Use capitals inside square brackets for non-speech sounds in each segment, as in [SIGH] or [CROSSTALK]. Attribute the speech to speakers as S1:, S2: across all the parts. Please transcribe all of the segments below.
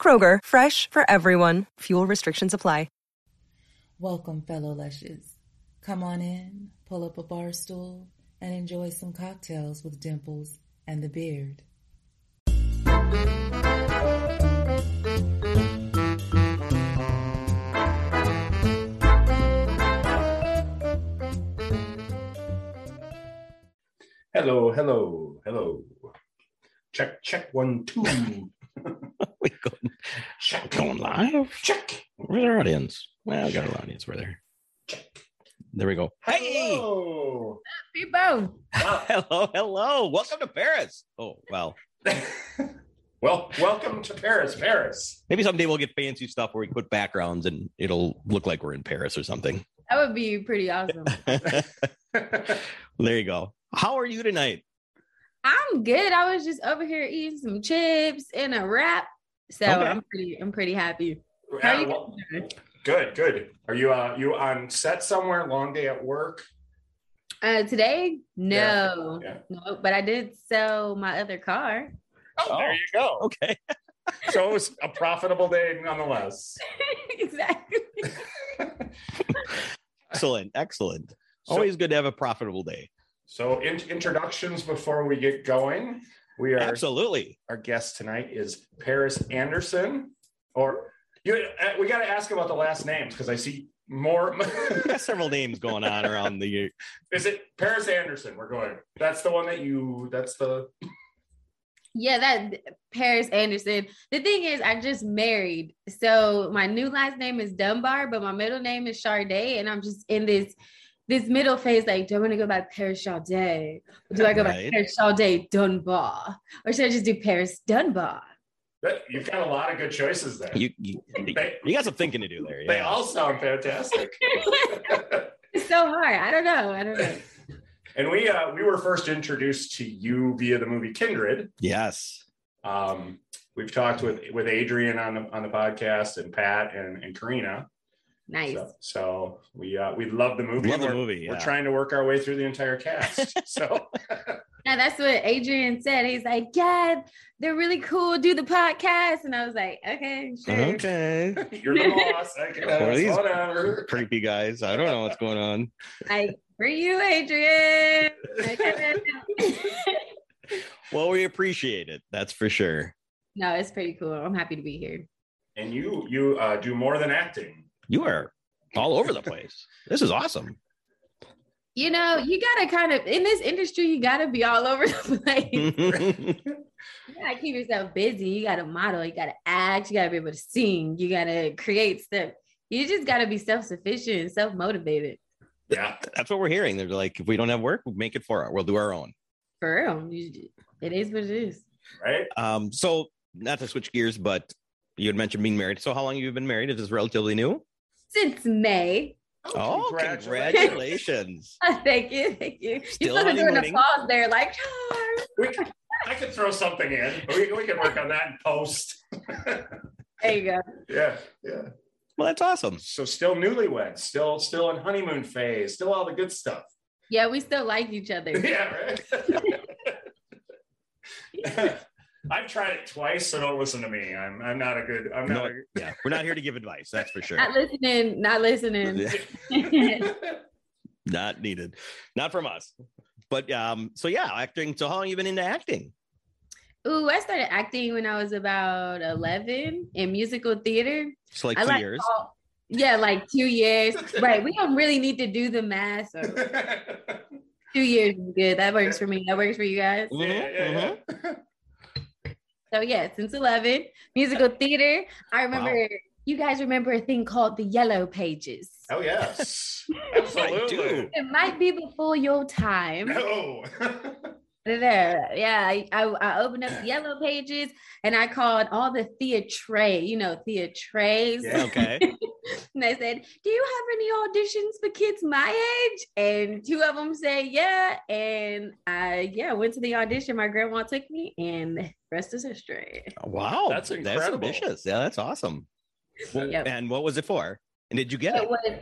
S1: Kroger, fresh for everyone. Fuel restrictions apply.
S2: Welcome, fellow Lushes. Come on in, pull up a bar stool, and enjoy some cocktails with Dimples and the Beard.
S3: Hello, hello, hello. Check, check, one, two.
S4: [LAUGHS] we going,
S3: check,
S4: going live?
S3: check,
S4: Where's our audience? Well, we got our audience. We're there. There we go. Hey!
S3: Hello. [LAUGHS]
S5: Bebo.
S4: Hello, hello. Welcome to Paris. Oh, well.
S3: well, welcome to Paris,
S4: [LAUGHS]
S3: Paris.
S4: Maybe someday we'll get fancy stuff where we put backgrounds and it'll look like we're in Paris or [LAUGHS] something.
S5: That would be pretty awesome.
S4: there you go. How are you tonight?
S5: I'm good. I was just over here eating some chips and a wrap. So
S4: Okay.
S5: I'm pretty I'm pretty happy. How
S3: Yeah,
S5: you
S3: well,
S5: doing?
S3: good, good. Are you uh you on set somewhere? Long day at work?
S5: Uh today?
S3: Yeah.
S5: No.
S3: Yeah.
S5: No, but I did sell my other car. [LAUGHS]
S3: Oh, there you go.
S4: Okay.
S3: So it was a profitable day nonetheless.
S5: exactly.
S4: Excellent. Excellent.
S3: So-
S4: Always good to have a profitable day.
S3: So in- introductions before we get going. We are
S4: Absolutely.
S3: our guest tonight is Paris Anderson. Or you uh, we gotta ask about the last names because I see more [LAUGHS]
S4: We got several names going on around the
S3: Is it Paris Anderson? We're going. That's the one that you. That's the.
S5: Yeah, that Paris Anderson. The thing is, I just married. So my new last name is Dunbar, but my middle name is Charday. And I'm just in this this middle phase, like, do I want to go by Paris Charday? Or do I go by
S4: Right.
S5: Paris Charday Dunbar? Or should I just do Paris Dunbar? [LAUGHS]
S3: That, you've got a lot of good choices there.
S4: you you,
S3: they,
S4: you got some thinking to do there.
S3: they
S4: yeah.
S3: all sound fantastic.
S5: it's so hard. I don't know. I don't know.
S3: and we uh, we were first introduced to you via the movie Kindred.
S4: yes.
S3: Um, we've talked with with Adrian on the on the podcast and Pat and and Karina.
S5: Nice.
S3: So, so we uh, we love the movie.
S4: Love the
S3: We're-
S4: movie,
S3: We're
S4: yeah.
S3: trying to work our way through the entire cast.
S4: [LAUGHS]
S3: so
S5: Now that's what Adrian said. He's like, yeah, they're really cool. Do the podcast. And I was like, okay, sure.
S4: Okay.
S3: you're the boss. I
S4: What are
S3: guess.
S4: these-
S3: Whatever.
S4: Uh-huh. creepy guys. I don't know what's going on.
S5: Like, for you, Adrian. Okay. [LAUGHS]
S4: Well, we appreciate it. That's for sure.
S5: no, it's pretty cool. I'm happy to be here.
S3: And you you uh, do more than acting.
S4: You are all over the place. This is awesome. [LAUGHS]
S5: You know, you gotta kind of in this industry, you gotta be all over the [LAUGHS]
S4: Mm-hmm.
S5: place.
S4: That's
S5: you gotta keep yourself busy. You gotta model, you gotta act, you gotta be able to sing, you gotta create stuff. You just gotta be self-sufficient and self-motivated.
S3: Yeah.
S4: what we're hearing. They're like, if we don't have work, we'll make it for our, we'll do our own.
S5: For real. You- It is what it is.
S3: Right.
S4: Um, so not to switch gears, but you had mentioned being married. So how long have you been married? Is this relatively new?
S5: Since May. [LAUGHS]
S4: Oh, congratulations.
S5: thank you. Thank you.
S4: Still
S5: You're doing a
S4: honeymooning.
S5: pause there, like, [LAUGHS] "Ah."
S3: We could- I could throw something in. We, we can work on that in post.
S5: there you go.
S3: Yeah, yeah.
S4: Well, that's awesome.
S3: So still newlyweds, still still in honeymoon phase, still all the good stuff. [LAUGHS]
S5: Yeah, we still like each other.
S3: Yeah, right. [LAUGHS] I've tried it twice, so don't listen to me. I'm I'm not a good. I'm not.
S4: Oh, No, yeah, we're not here to give advice. That's for sure. [LAUGHS]
S5: Not listening, not listening. [LAUGHS]
S3: A,
S4: not needed. Not from us. But um, so yeah, acting. So how long have you been into acting?
S5: Ooh, I started acting when I was about 11 in musical theater.
S4: So like
S5: I
S4: two
S5: like
S4: years.
S5: all- yeah, like two years. right. We don't really need to do the math. So
S3: [LAUGHS]
S5: two years is good. That works for me. That works for you guys.
S4: Mm-hmm,
S3: yeah, yeah, yeah.
S5: So, yeah, since 11, musical theater. I remember you guys remember a thing called the Yellow Pages.
S4: mm-hmm.
S3: Oh yes, [LAUGHS]
S4: I
S3: absolutely.
S4: do.
S5: It might be before your time.
S3: No. [LAUGHS]
S5: there. Yeah, I, I, I opened up the yellow pages and I called all the theatre, you know, theatres.
S3: Yeah.
S4: Okay.
S5: and I said, Do you have any auditions for kids my age? And two of them said, Yeah. And I, yeah, went to the audition. My grandma took me, and rest is history.
S4: Wow.
S3: That's
S4: That's
S3: incredible.
S4: ambitious. Yeah, that's awesome.
S5: Yep.
S4: And what was it for? And did you get
S5: It
S4: it?
S5: was,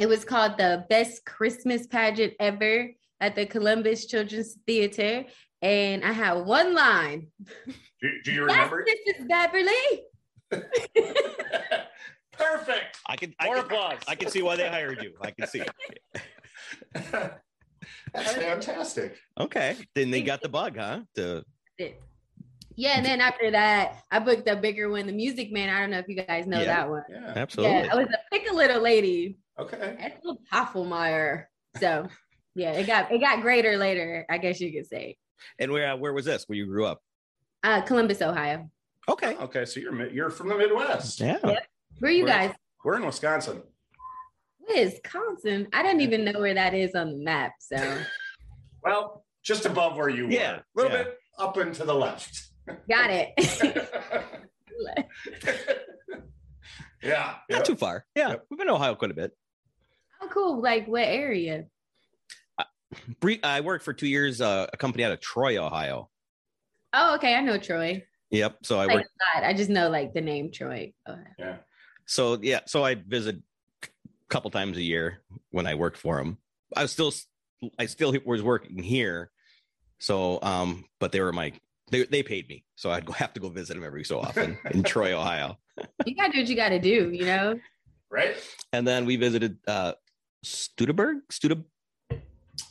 S5: it was called the best Christmas pageant ever at the Columbus Children's Theater. And I had one line.
S3: Do, do you
S5: Yes,
S3: remember?
S5: Mrs. Beverly.
S3: [LAUGHS] Perfect.
S4: I can I
S3: More
S4: can,
S3: applause.
S4: I can see why they hired you. I can see.
S3: [LAUGHS] That's fantastic.
S4: Okay. Then they got the bug, huh? The
S5: it. Yeah, and then after that, I booked a bigger one, the Music Man. I don't know if you guys know
S4: Yeah.
S5: that one.
S3: Yeah.
S4: absolutely.
S5: Yeah, I was a pick a little lady.
S3: Okay.
S5: That's a Hoffelmeyer. So yeah, it got it got greater later, I guess you could say.
S4: And where where was this? Where you grew up?
S5: Uh Columbus, Ohio.
S4: Okay.
S3: Okay. So you're mi- you're from the Midwest.
S4: Yeah.
S5: Where are you
S3: Where-
S5: guys?
S3: We're in Wisconsin.
S5: Wisconsin. I didn't even know where that is on the map. So
S3: Well, just above where you
S4: Yeah,
S3: were. A little
S4: yeah.
S3: bit up and to the left. [LAUGHS]
S4: [LAUGHS]
S5: got it.
S3: yeah.
S4: Not
S3: yeah.
S4: too far. Yeah. We've been to Ohio quite a bit.
S5: How cool, like what area?
S4: Bre- I worked for two years, uh, a company out of Troy, Ohio.
S5: Oh, okay. I know Troy.
S4: Yep. So I
S5: Like
S4: worked.
S5: a lot. I just know like the name Troy. Ohio.
S4: So yeah. So I visit a couple times a year when I worked for them. I was still, I still was working here. So, um, but they were my, they, they paid me. So I'd go, [LAUGHS] have to go visit them every so often in Troy, Ohio.
S5: You gotta do what you gotta do, you know?
S3: Right?
S4: [LAUGHS] And then we visited, uh, Studeberg, Studeb,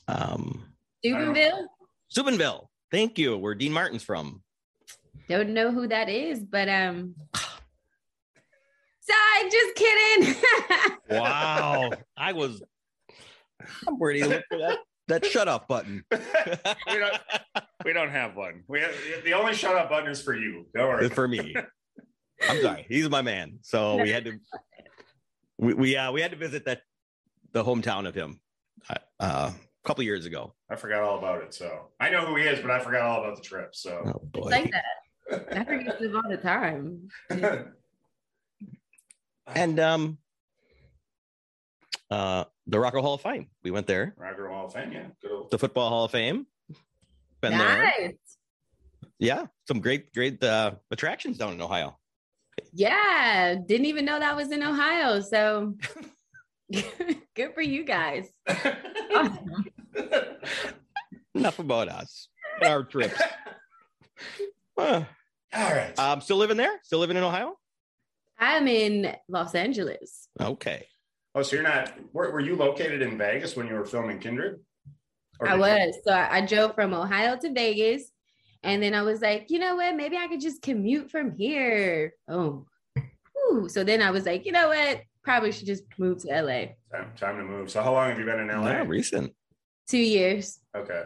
S4: um,
S5: Steubenville.
S4: Steubenville. Thank you. Where Dean Martin's from.
S5: Don't know who that is, but um sorry, just kidding. [LAUGHS]
S4: Wow. [LAUGHS] I was I'm ready to look for that, that shut off button.
S3: we, don't, we don't have one. We have, the only shut up button is for you. Don't worry.
S4: for [LAUGHS] me. I'm sorry. He's my man. So we had to we we uh we had to visit that the hometown of him uh, uh, a couple years ago.
S3: I forgot all about it. So I know who he is, but I forgot all about the trip. So
S4: Oh boy.
S5: like that.
S3: [LAUGHS]
S5: I forget this all the time.
S4: and um uh the Rocker Hall of Fame. We went there.
S3: Roger Hall of Fame, yeah. Good [LAUGHS] old
S4: The Football Hall of Fame. Been there.
S5: Nice.
S4: Yeah. Some great great uh attractions down in Ohio.
S5: Yeah. Didn't even know that was in Ohio. So [LAUGHS] good for you guys. Awesome.
S4: Enough about us. and Our [LAUGHS] trips. Huh.
S3: all right.
S4: Um, still living there? Still living in Ohio?
S5: I'm in Los Angeles.
S4: Okay.
S3: oh, so you're not, were, were you located in Vegas when you were filming Kindred? Or
S5: I
S3: did you-
S5: was. So I, I drove from Ohio to Vegas. And then I was like, you know what? Maybe I could just commute from here. Oh. Ooh. So then I was like, you know what? Probably should just move to LA.
S3: Time, time to move. So how long have you been in LA?
S4: Wow, recent.
S5: Two years.
S3: Okay.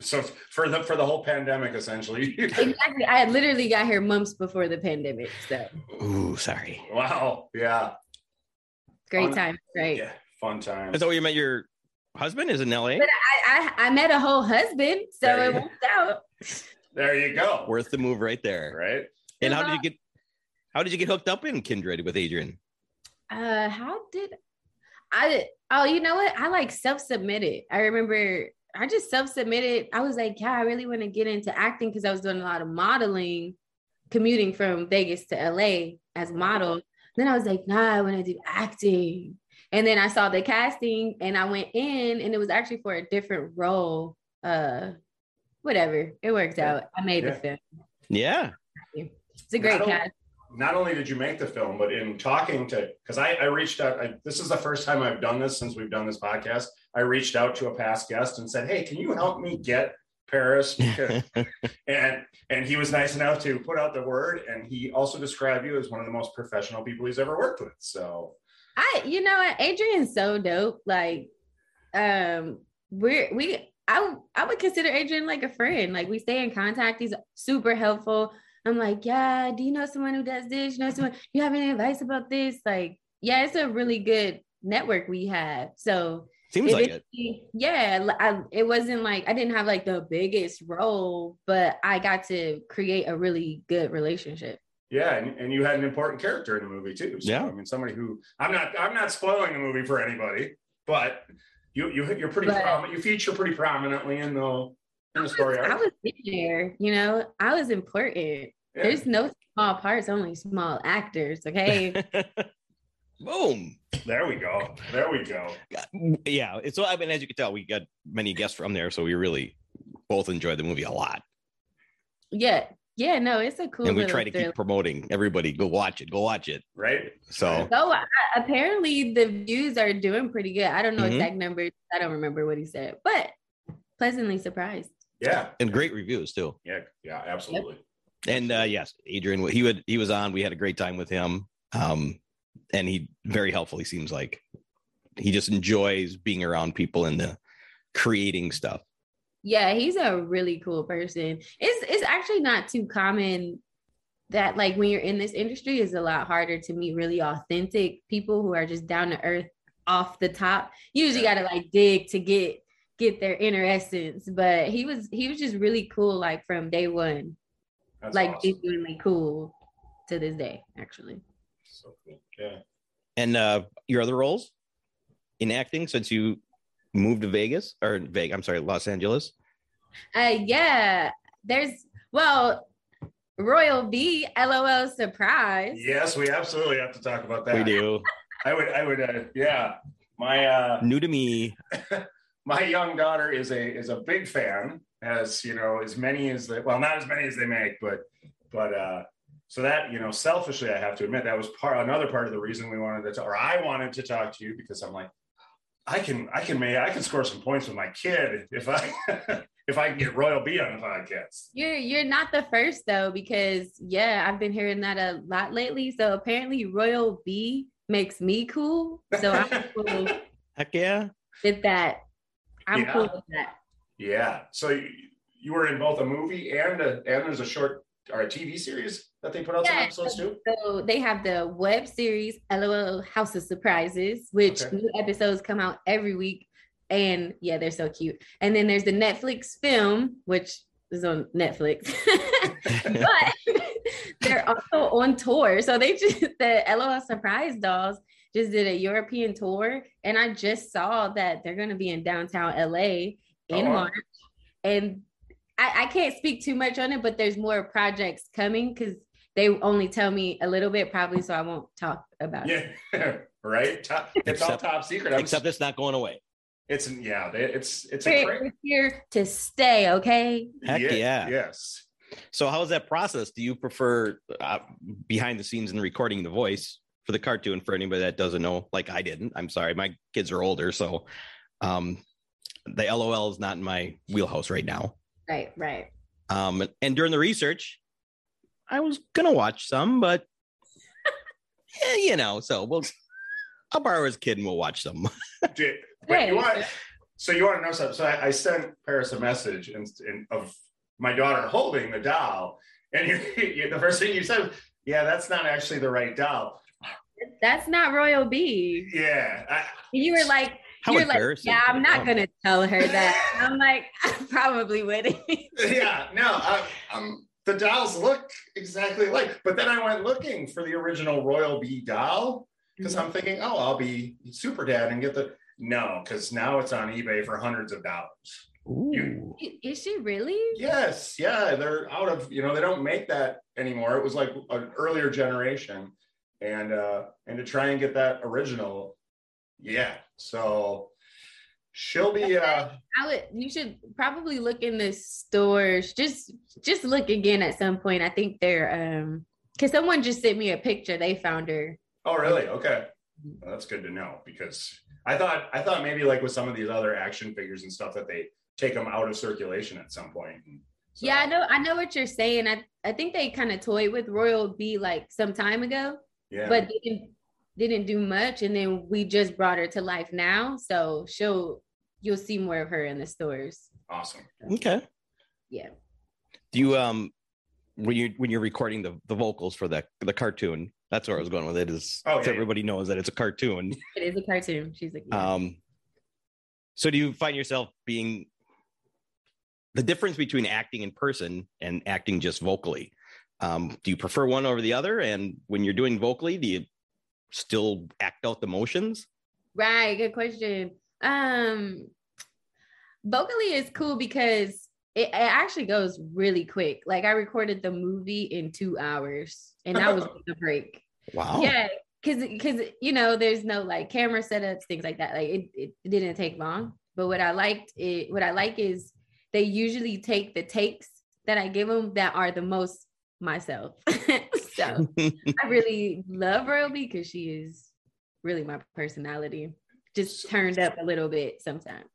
S3: So for the for the whole pandemic, essentially. [LAUGHS]
S5: Exactly. I literally got here months before the pandemic. So
S4: Ooh, sorry.
S3: wow. Yeah.
S5: great
S3: Oh,
S5: time. Great.
S3: Yeah. Fun time.
S4: Is that where you met your husband? Is in LA?
S5: But I, I I met a whole husband, so
S3: There you
S5: it
S3: go.
S5: worked out.
S3: There you go.
S4: Worth the move right there.
S3: right.
S4: And how did you get how did you get hooked up in Kindred with Adrian?
S5: Uh, how did I? Oh, you know what? I like self submitted. I remember I just self submitted. I was like, yeah, I really want to get into acting because I was doing a lot of modeling, commuting from Vegas to LA as a model. Then I was like, nah, I want to do acting. And then I saw the casting and I went in, and it was actually for a different role. Uh, whatever, it worked out. I made
S3: Yeah.
S5: the film.
S4: Yeah.
S5: It's a great
S3: Not only-
S5: cast.
S3: Not only did you make the film, but in talking to, because I, I reached out, I, this is the first time I've done this since we've done this podcast. I reached out to a past guest and said, Hey, can you help me get Paris? Because- and and he was nice enough to put out the word. And he also described you as one of the most professional people he's ever worked with. So
S5: I you know what Adrian's so dope. Like um we're we I I would consider Adrian like a friend. Like we stay in contact. He's super helpful. I'm like, yeah, do you know someone who does this? You know someone, you have any advice about this? Like, yeah, it's a really good network we have. So
S4: Seems
S5: If
S4: like it.
S5: Yeah, l- I, it wasn't like I didn't have like the biggest role, but I got to create a really good relationship.
S3: Yeah, and, and you had an important character in the movie too. So,
S4: Yeah.
S3: I mean, somebody who I'm not I'm not spoiling the movie for anybody, but you you you're pretty
S5: But-
S3: prominent. You feature pretty prominently in the in the story.
S5: I
S3: arc.
S5: was in there, you know, I was important.
S3: Yeah.
S5: There's no small parts, only small actors.
S4: [LAUGHS]
S5: Okay.
S4: Boom.
S3: There we go. There we go.
S4: Yeah. it's- So I mean, as you can tell, we got many guests from there, so we really both enjoyed the movie a lot,
S5: yeah. Yeah. No, it's a cool.
S4: and we
S5: little
S4: try to keep
S5: thriller.
S4: promoting everybody. Go watch it. Go watch it.
S3: Right?
S4: So
S5: So I, apparently the views are doing pretty good. I don't know
S4: Mhm.
S5: exact numbers. I don't remember what he said, but pleasantly surprised.
S3: Yeah.
S4: and great reviews too.
S3: Yeah. Yeah. Absolutely.
S4: And uh, yes, Adrian, he would he was on. We had a great time with him, um, and he very helpful. He seems like he just enjoys being around people and the creating stuff.
S5: Yeah, he's a really cool person. It's it's actually not too common that like when you're in this industry, it's a lot harder to meet really authentic people who are just down to earth off the top. You usually gotta like dig to get get their inner essence. But he was he was just really cool, like from day one.
S3: That's
S5: like
S3: awesome.
S5: genuinely cool to this day, actually.
S3: So cool. Yeah.
S4: And uh, your other roles in acting since you moved to Vegas or Vegas. I'm sorry, Los Angeles.
S5: Uh, yeah, there's well, Royal B, LOL surprise.
S3: Yes, we absolutely have to talk about that.
S4: We do
S3: I would. I would. Uh, yeah. My uh,
S4: new to me.
S3: my young daughter is a is a big fan as you know as many as they well not as many as they make but but uh so that you know selfishly i have to admit that was part another part of the reason we wanted to talk or i wanted to talk to you because i'm like i can i can may i can score some points with my kid if i [LAUGHS] if i can get royal b on the podcast
S5: You're you're not the first though, because yeah, I've been hearing that a lot lately. So apparently Royal B makes me cool. So
S3: [LAUGHS]
S5: I'm cool
S4: Heck yeah.
S5: with that. I'm
S3: Yeah.
S5: cool with that.
S3: yeah so you, you were in both a movie and a and there's a short or a tv series that they put out some
S5: Yeah.
S3: episodes too
S5: So they have the web series LOL House of Surprises, which
S3: Okay.
S5: new episodes come out every week. And yeah, they're so cute. And then there's the Netflix film, which is on Netflix. [LAUGHS] but [LAUGHS] they're also on tour. So they just [LAUGHS] the LOL Surprise Dolls just did a European tour, and I just saw that they're going to be in downtown LA in
S3: Oh.
S5: March. And I, I can't speak too much on it, but there's more projects coming because they only tell me a little bit, probably, so I won't talk about it.
S3: yeah [LAUGHS] right top, it's all
S4: Except-
S3: top secret I'm
S4: Except it's not going away.
S3: It's yeah, they- it's it's a
S5: We're,
S3: great
S5: we're here to stay, okay?
S4: Heck yeah.
S3: yes.
S4: So how is that process? Do you prefer uh, behind the scenes and recording the voice for the cartoon for anybody that doesn't know? Like I didn't. I'm sorry, my kids are older, so um, the LOL is not in my wheelhouse right now.
S5: Right, right.
S4: Um, and during the research, I was gonna watch some,
S5: [LAUGHS]
S4: but eh, you know, so we'll. I'll borrow his kid and we'll watch some.
S3: Did, wait, you
S5: Hey.
S3: want so you want to know something? So I, I sent Paris a message and, and of my daughter holding the doll, and [LAUGHS] you, you, the first thing you said, was, "Yeah, that's not actually the right doll."
S5: That's not Royal B.
S3: Yeah, I,
S5: You were like,
S4: How
S5: You're like,
S4: embarrassing! Um,
S5: yeah,
S4: for Oh.
S5: I'm not
S4: them.
S5: gonna tell her that. And I'm like, [LAUGHS] I probably wouldn't.
S3: yeah, no, I, um, the dolls look exactly like. But then I went looking for the original Royal B doll because I'm thinking, oh, I'll be super dad and get the no, because now it's on eBay for hundreds of dollars.
S4: Ooh.
S5: Is she really?
S3: Yes, yeah, they're out of you know they don't make that anymore. It was like an earlier generation, and uh and to try and get that original, yeah. So she'll be uh
S5: I would. You should probably look in the stores. Just just look again at some point. I think they're um. Cause someone just sent me a picture. They found her.
S3: oh really okay. Well, that's good to know because I thought I thought maybe like with some of these other action figures and stuff that they take them out of circulation at some point. So-
S5: Yeah, I know. I know what you're saying. I I think they kind of toyed with Royal B like some time ago,
S3: yeah.
S5: but didn't didn't do much. And then we just brought her to life now, so she'll you'll see more of her in the stores.
S3: awesome.
S4: Okay.
S5: Yeah.
S4: Do you um when you when you're recording the the vocals for the the cartoon? That's where I was going with it. Is
S3: Oh, yeah,
S4: so
S3: yeah. [LAUGHS]
S4: everybody knows that it's a cartoon.
S5: It is a cartoon. She's like, yeah.
S4: Um, So do you find yourself being the difference between acting in person and acting just vocally? Um, do you prefer one over the other? And when you're doing vocally, do you still act out the motions?
S5: Right. Good question. Um, vocally is cool because it, it actually goes really quick. Like I recorded the movie in two hours, and that was the break.
S4: Wow.
S5: Yeah, because because you know there's no like camera setups, things like that. Like it, it didn't take long. But what I liked it, what I like is they usually take the takes that I give them that are the most myself. [LAUGHS]
S4: [LAUGHS]
S5: so I really love Roby because she is really my personality, just turned up a little bit sometimes.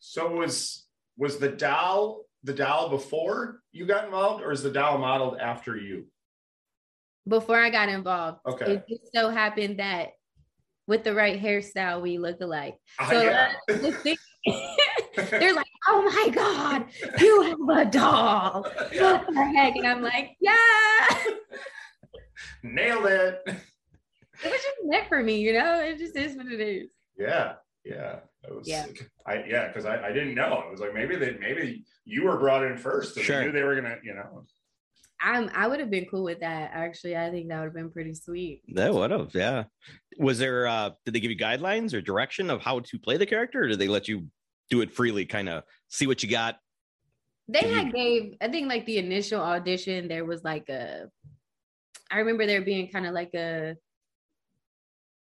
S3: So was was the doll the doll before you got involved, or is the doll modeled after you?
S5: Before I got involved,
S3: Okay.
S5: it just so happened that with the right hairstyle, we look alike. [LAUGHS]
S3: Ah, [LAUGHS]
S5: So
S3: yeah.
S5: uh, the thing- they're like, "Oh my god, you have a doll!" What the heck? And I'm like, "Yeah, [LAUGHS] it
S3: [LAUGHS] Nailed it.
S5: was just meant for me, you know. It just is what it is."
S3: Yeah, yeah. It was,
S5: Yeah.
S3: I yeah, because I, I didn't know. It was like maybe they maybe you were brought in first. And
S4: Sure.
S3: They knew they were gonna, you know.
S5: I'm. I would have been cool with that. Actually, I think that would have been pretty sweet.
S4: That would have, yeah. Was there uh did they give you guidelines or direction of how to play the character, or did they let you do it freely, kind of see what you got?
S5: they
S4: Did
S5: had gave i think like the initial audition there was like a i remember there being kind of like a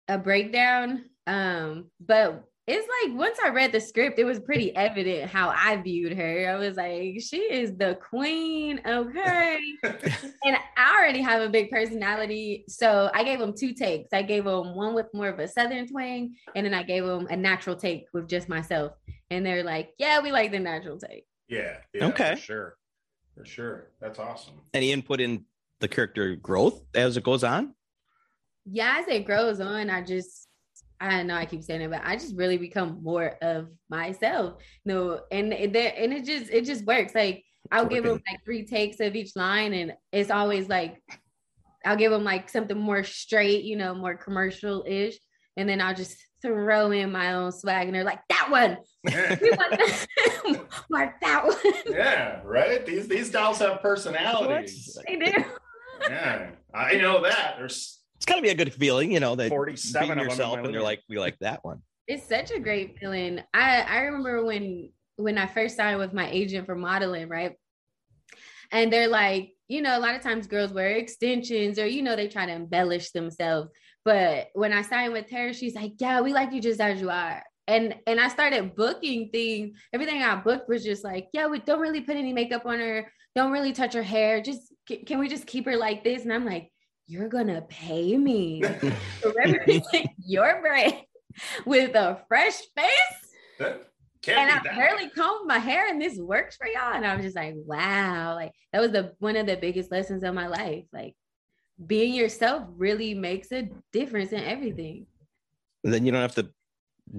S5: a breakdown um but it's like once i read the script it was pretty evident how i viewed her i was like she is the queen okay and i already have a big personality so i gave them two takes i gave them one with more of a southern twang and then i gave them a natural take with just myself and they're like yeah we like the natural take
S3: Yeah. yeah
S4: Okay.
S3: For sure. For sure. That's [LAUGHS] awesome.
S4: Any input in the character growth as it goes on?
S5: yeah, as it grows on, I just I know I keep saying it, but I just really become more of myself. No, and it- there and it just it just works. Like I'll give them
S4: working.
S5: like three takes of each line, and it's always like I'll give them like something more straight, you know, more commercial ish, and then I'll just throw in my own swag, and they're like that one, we want [LAUGHS] that, Mark, that one. [LAUGHS]
S3: yeah, right. These these dolls have Oh, personalities.
S4: It's
S5: They do.
S3: Yeah. I know that. There's
S4: gotta be a good feeling, you know, that being
S3: 47 of them in
S4: yourself
S3: my
S4: and they're
S3: living
S4: like, we like that one.
S5: It's such a great feeling. I I remember when when I first signed with my agent for modeling, right? And they're like, you know, a lot of times girls wear extensions or you know they try to embellish themselves. But when I signed with her, she's like, "Yeah, we like you just as you are." And and I started booking things. Everything I booked was just like, "Yeah, we don't really put any makeup on her. Don't really touch her hair. Just ca- can we just keep her like this?" And I'm like, "You're gonna pay
S4: [LAUGHS]
S5: me." to [LAUGHS] represent your brand with a fresh face.
S3: That
S5: And I
S3: can't be that.
S5: barely combed my hair, and this works for y'all. And I'm just like, wow, like that was the one of the biggest lessons of my life. Like being yourself really makes a difference in everything.
S4: Then you don't have to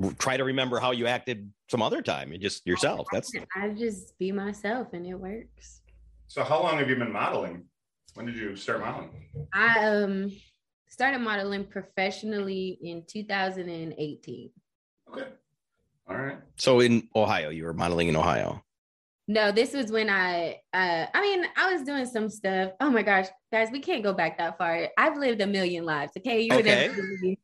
S4: r- try to remember how you acted some other time. you just yourself. That's
S5: I just be myself, and it works.
S3: So how long have you been modeling? When did you start modeling?
S5: I um started modeling professionally in 2018.
S3: Okay. All right.
S4: so in Ohio, you were modeling in Ohio.
S5: No, this was when I uh I mean, I was doing some stuff. Oh my gosh, guys, we can't go back that far. I've lived a million lives, okay? You would
S4: Okay.
S5: never believe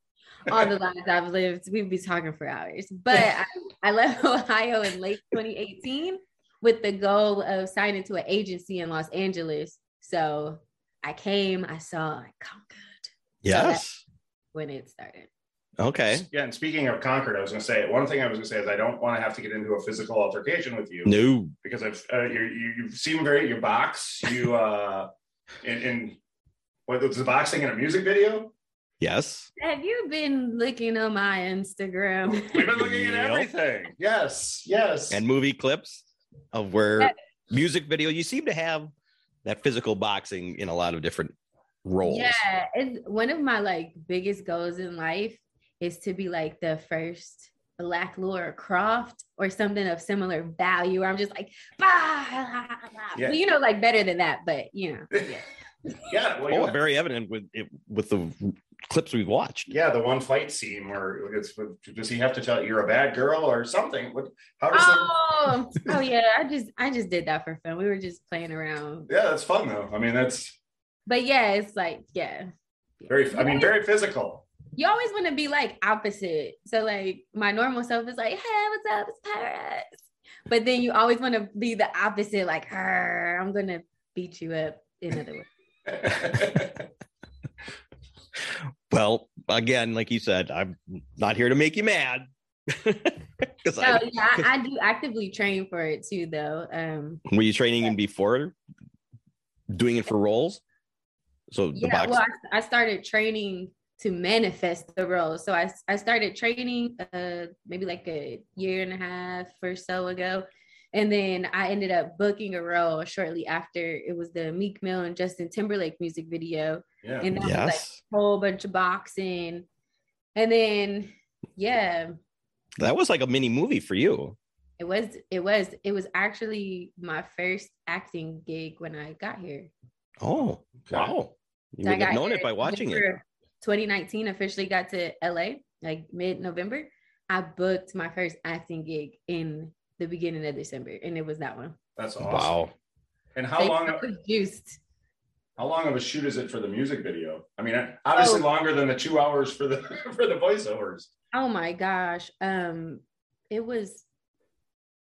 S5: all the lives I've lived. We'd be talking for hours. But I, I left [LAUGHS] Ohio in late 2018 with the goal of signing to an agency in Los Angeles. So I came, I saw, I conquered
S4: Yes.
S5: when it started.
S4: Okay.
S3: Yeah, and speaking of Concord, I was going to say one thing. I was going to say is I don't want to have to get into a physical altercation with you
S4: No.
S3: because I've uh, you you you seem very you box you uh [LAUGHS] in, in what was the boxing in a music video?
S4: Yes.
S5: Have you been looking on my Instagram? [LAUGHS]
S3: We've been looking at
S4: Yep.
S3: everything. Yes, yes,
S4: and movie clips of where music video you seem to have that physical boxing in a lot of different roles
S5: Yeah, it's one of my like biggest goals in life is to be like the first black Laura Croft or something of similar value. Where I'm just like, [LAUGHS] bah, blah, blah, blah.
S3: Yeah.
S5: you know, like better than that, but you know, yeah.
S3: Yeah, well, you
S4: oh,
S3: know,
S4: very evident with it, with the clips we've watched.
S3: yeah, the one fight scene where it's does he have to tell you're a bad girl or something? What? How does? it-
S5: Oh, oh yeah. I just I just did that for fun. We were just playing around.
S3: yeah, that's fun though. I mean, that's
S5: But yeah, it's like, yeah.
S3: very. I mean, very physical. [LAUGHS]
S5: You always want to be like opposite. So like my normal self is like, hey, what's up? It's Paris. But then you always want to be the opposite, like, her. I'm gonna beat you up in other words.
S4: Well, again, like you said, I'm not here to make you mad. [LAUGHS] 'Cause
S5: No,
S4: I-
S5: yeah, I, I do actively train for it too, though. Um,
S4: were you training him before doing it for roles? So the
S5: yeah,
S4: box.
S5: well, I, I started training to manifest the role. So I, I started training uh, maybe like a year and a half or so ago. And then I ended up booking a role shortly after. It was the Meek Mill and Justin Timberlake music video.
S3: Yeah.
S5: And that was like
S4: yes,
S5: a whole bunch of boxing. And then, yeah,
S4: that was like a mini movie for you.
S5: it was, it was, it was actually my first acting gig when I got here.
S4: Oh, wow! You
S5: So I
S4: would have
S5: got
S4: known
S5: here
S4: it by
S5: in
S4: watching it.
S5: November 2019 officially got to LA like mid November. I booked my first acting gig in the beginning of December, and it was that one.
S3: That's awesome.
S4: Wow.
S3: And how
S5: Like,
S3: long?
S5: I was juiced?
S3: How long of a shoot is it for the music video? I mean, obviously
S5: Oh.
S3: longer than the two hours for the [LAUGHS] for the voiceovers.
S5: Oh my gosh, um, it was.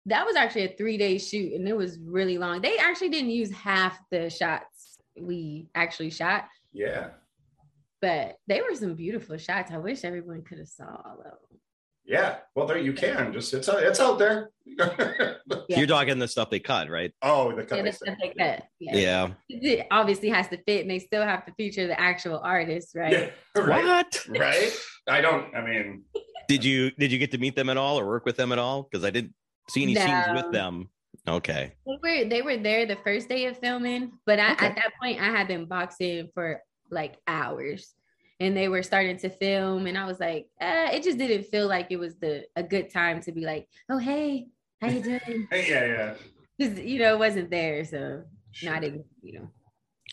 S5: That was actually a three day shoot, and it was really long. They actually didn't use half the shots we actually shot,
S3: Yeah,
S5: but they were some beautiful shots. I wish everyone could have saw all of them.
S3: yeah. Well, there you can just it's out- it's out there. [LAUGHS]
S5: Yeah.
S4: You're talking the stuff they cut, right?
S3: oh, the
S5: Yeah,
S3: cut.
S5: the stuff they cut.
S4: Yeah.
S5: it obviously has to fit and they still have to feature the actual artist, right?
S3: Yeah, [LAUGHS] right,
S4: What?
S3: right. I don't. I mean,
S4: Did you did you get to meet them at all or work with them at all? Because I didn't see any scenes
S5: No.
S4: with them. Okay.
S5: They were they were there the first day of filming, but I,
S4: Okay.
S5: at that point I had been boxing for like hours and they were starting to film and I was like, uh, it just didn't feel like it was the a good time to be like, oh hey, how you doing? [LAUGHS]
S3: hey, yeah, yeah.
S5: Because you know, it wasn't there, so
S3: Sure.
S5: no, I didn't, you know.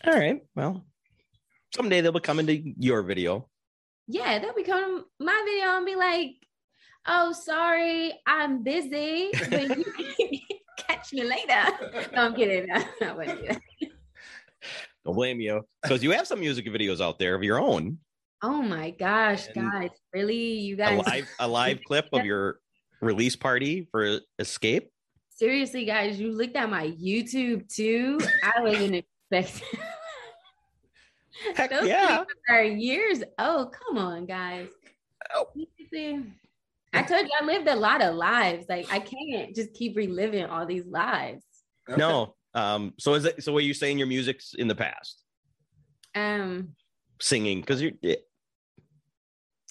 S4: All right. Well, someday they'll be coming to your video.
S5: Yeah, they'll be coming to my video and be like, oh sorry, I'm busy, but
S4: [LAUGHS]
S5: you can [LAUGHS] catch me later. No, I'm kidding. [LAUGHS] I wouldn't do that.
S4: Don't blame you. Because you have some music videos out there of your own.
S5: Oh my gosh,
S4: And-
S5: guys. Really? You
S4: A
S5: guys
S4: live a live clip of your release party for Escape.
S5: seriously, guys, you looked at my YouTube too.
S4: [LAUGHS]
S5: I wasn't expecting
S4: Heck
S5: those
S4: yeah.
S5: videos are years. Oh, come on, guys.
S4: Oh.
S5: Seriously. I told you I lived a lot of lives. Like I can't just keep reliving all these lives.
S4: No. Um, so is it so are you saying your music's in the past?
S5: Um
S4: Singing, because you're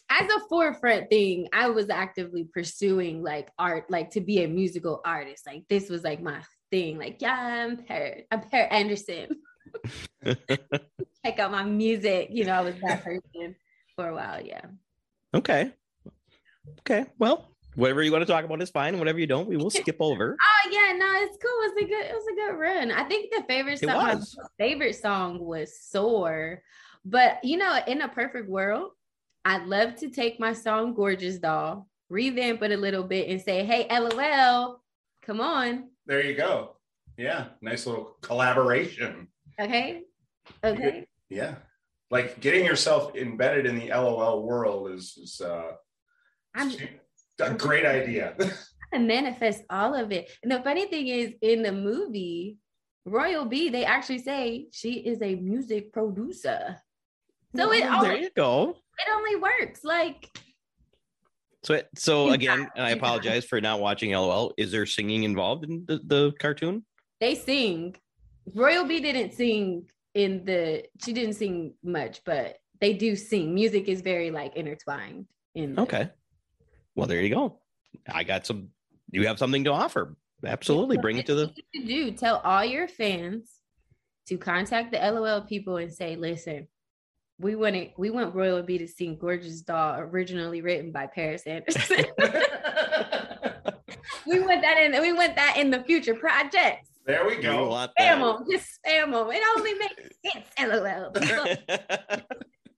S5: as a forefront thing, I was actively pursuing like art, like to be a musical artist. Like this was like my thing. Like, yeah, I'm Per, I'm Per
S4: [LAUGHS]
S5: Anderson. Check out my music. You know, I was that person for a while. Yeah.
S4: Okay. Okay. Well, whatever you want to talk about is fine. Whatever you don't, we will skip over.
S5: Oh yeah, no, it's cool. It's a good, it was a good run. I think the favorite
S4: It
S5: song, my
S4: was.
S5: favorite song was "Soar," but you know, in a perfect world, I'd love to take my song "Gorgeous Doll," revamp it a little bit, and say, "Hey, LOL, come on."
S3: There you go. Yeah, nice little collaboration.
S5: Okay. Okay.
S3: Yeah, like getting yourself embedded in the LOL world is is uh,
S5: I'm
S3: a great idea. [LAUGHS]
S5: gonna manifest all of it. And the funny thing is in the movie, Royal B, they actually say she is a music producer. So it
S4: Well, there
S5: only,
S4: you go.
S5: it only works. Like
S4: So it, so
S5: Yeah,
S4: again, and I
S5: yeah.
S4: apologize for not watching LOL. Is there singing involved in the, the cartoon?
S5: they sing. Royal B didn't sing in the she didn't sing much, but they do sing. Music is very like intertwined in the-
S4: Okay. Well, there you go. I got some you have something to offer. Absolutely. Bring it to the
S5: you do tell all your fans to contact the LOL people and say, listen, we want it, we want Royal B to sing Gorgeous Doll, originally written by Paris Anderson. we want that in we want that in the future projects.
S3: There we
S4: Doing a
S3: go.
S4: lot
S5: Spam
S4: better. [LAUGHS]
S5: them, just spam them. It only makes sense. LOL.
S4: [LAUGHS]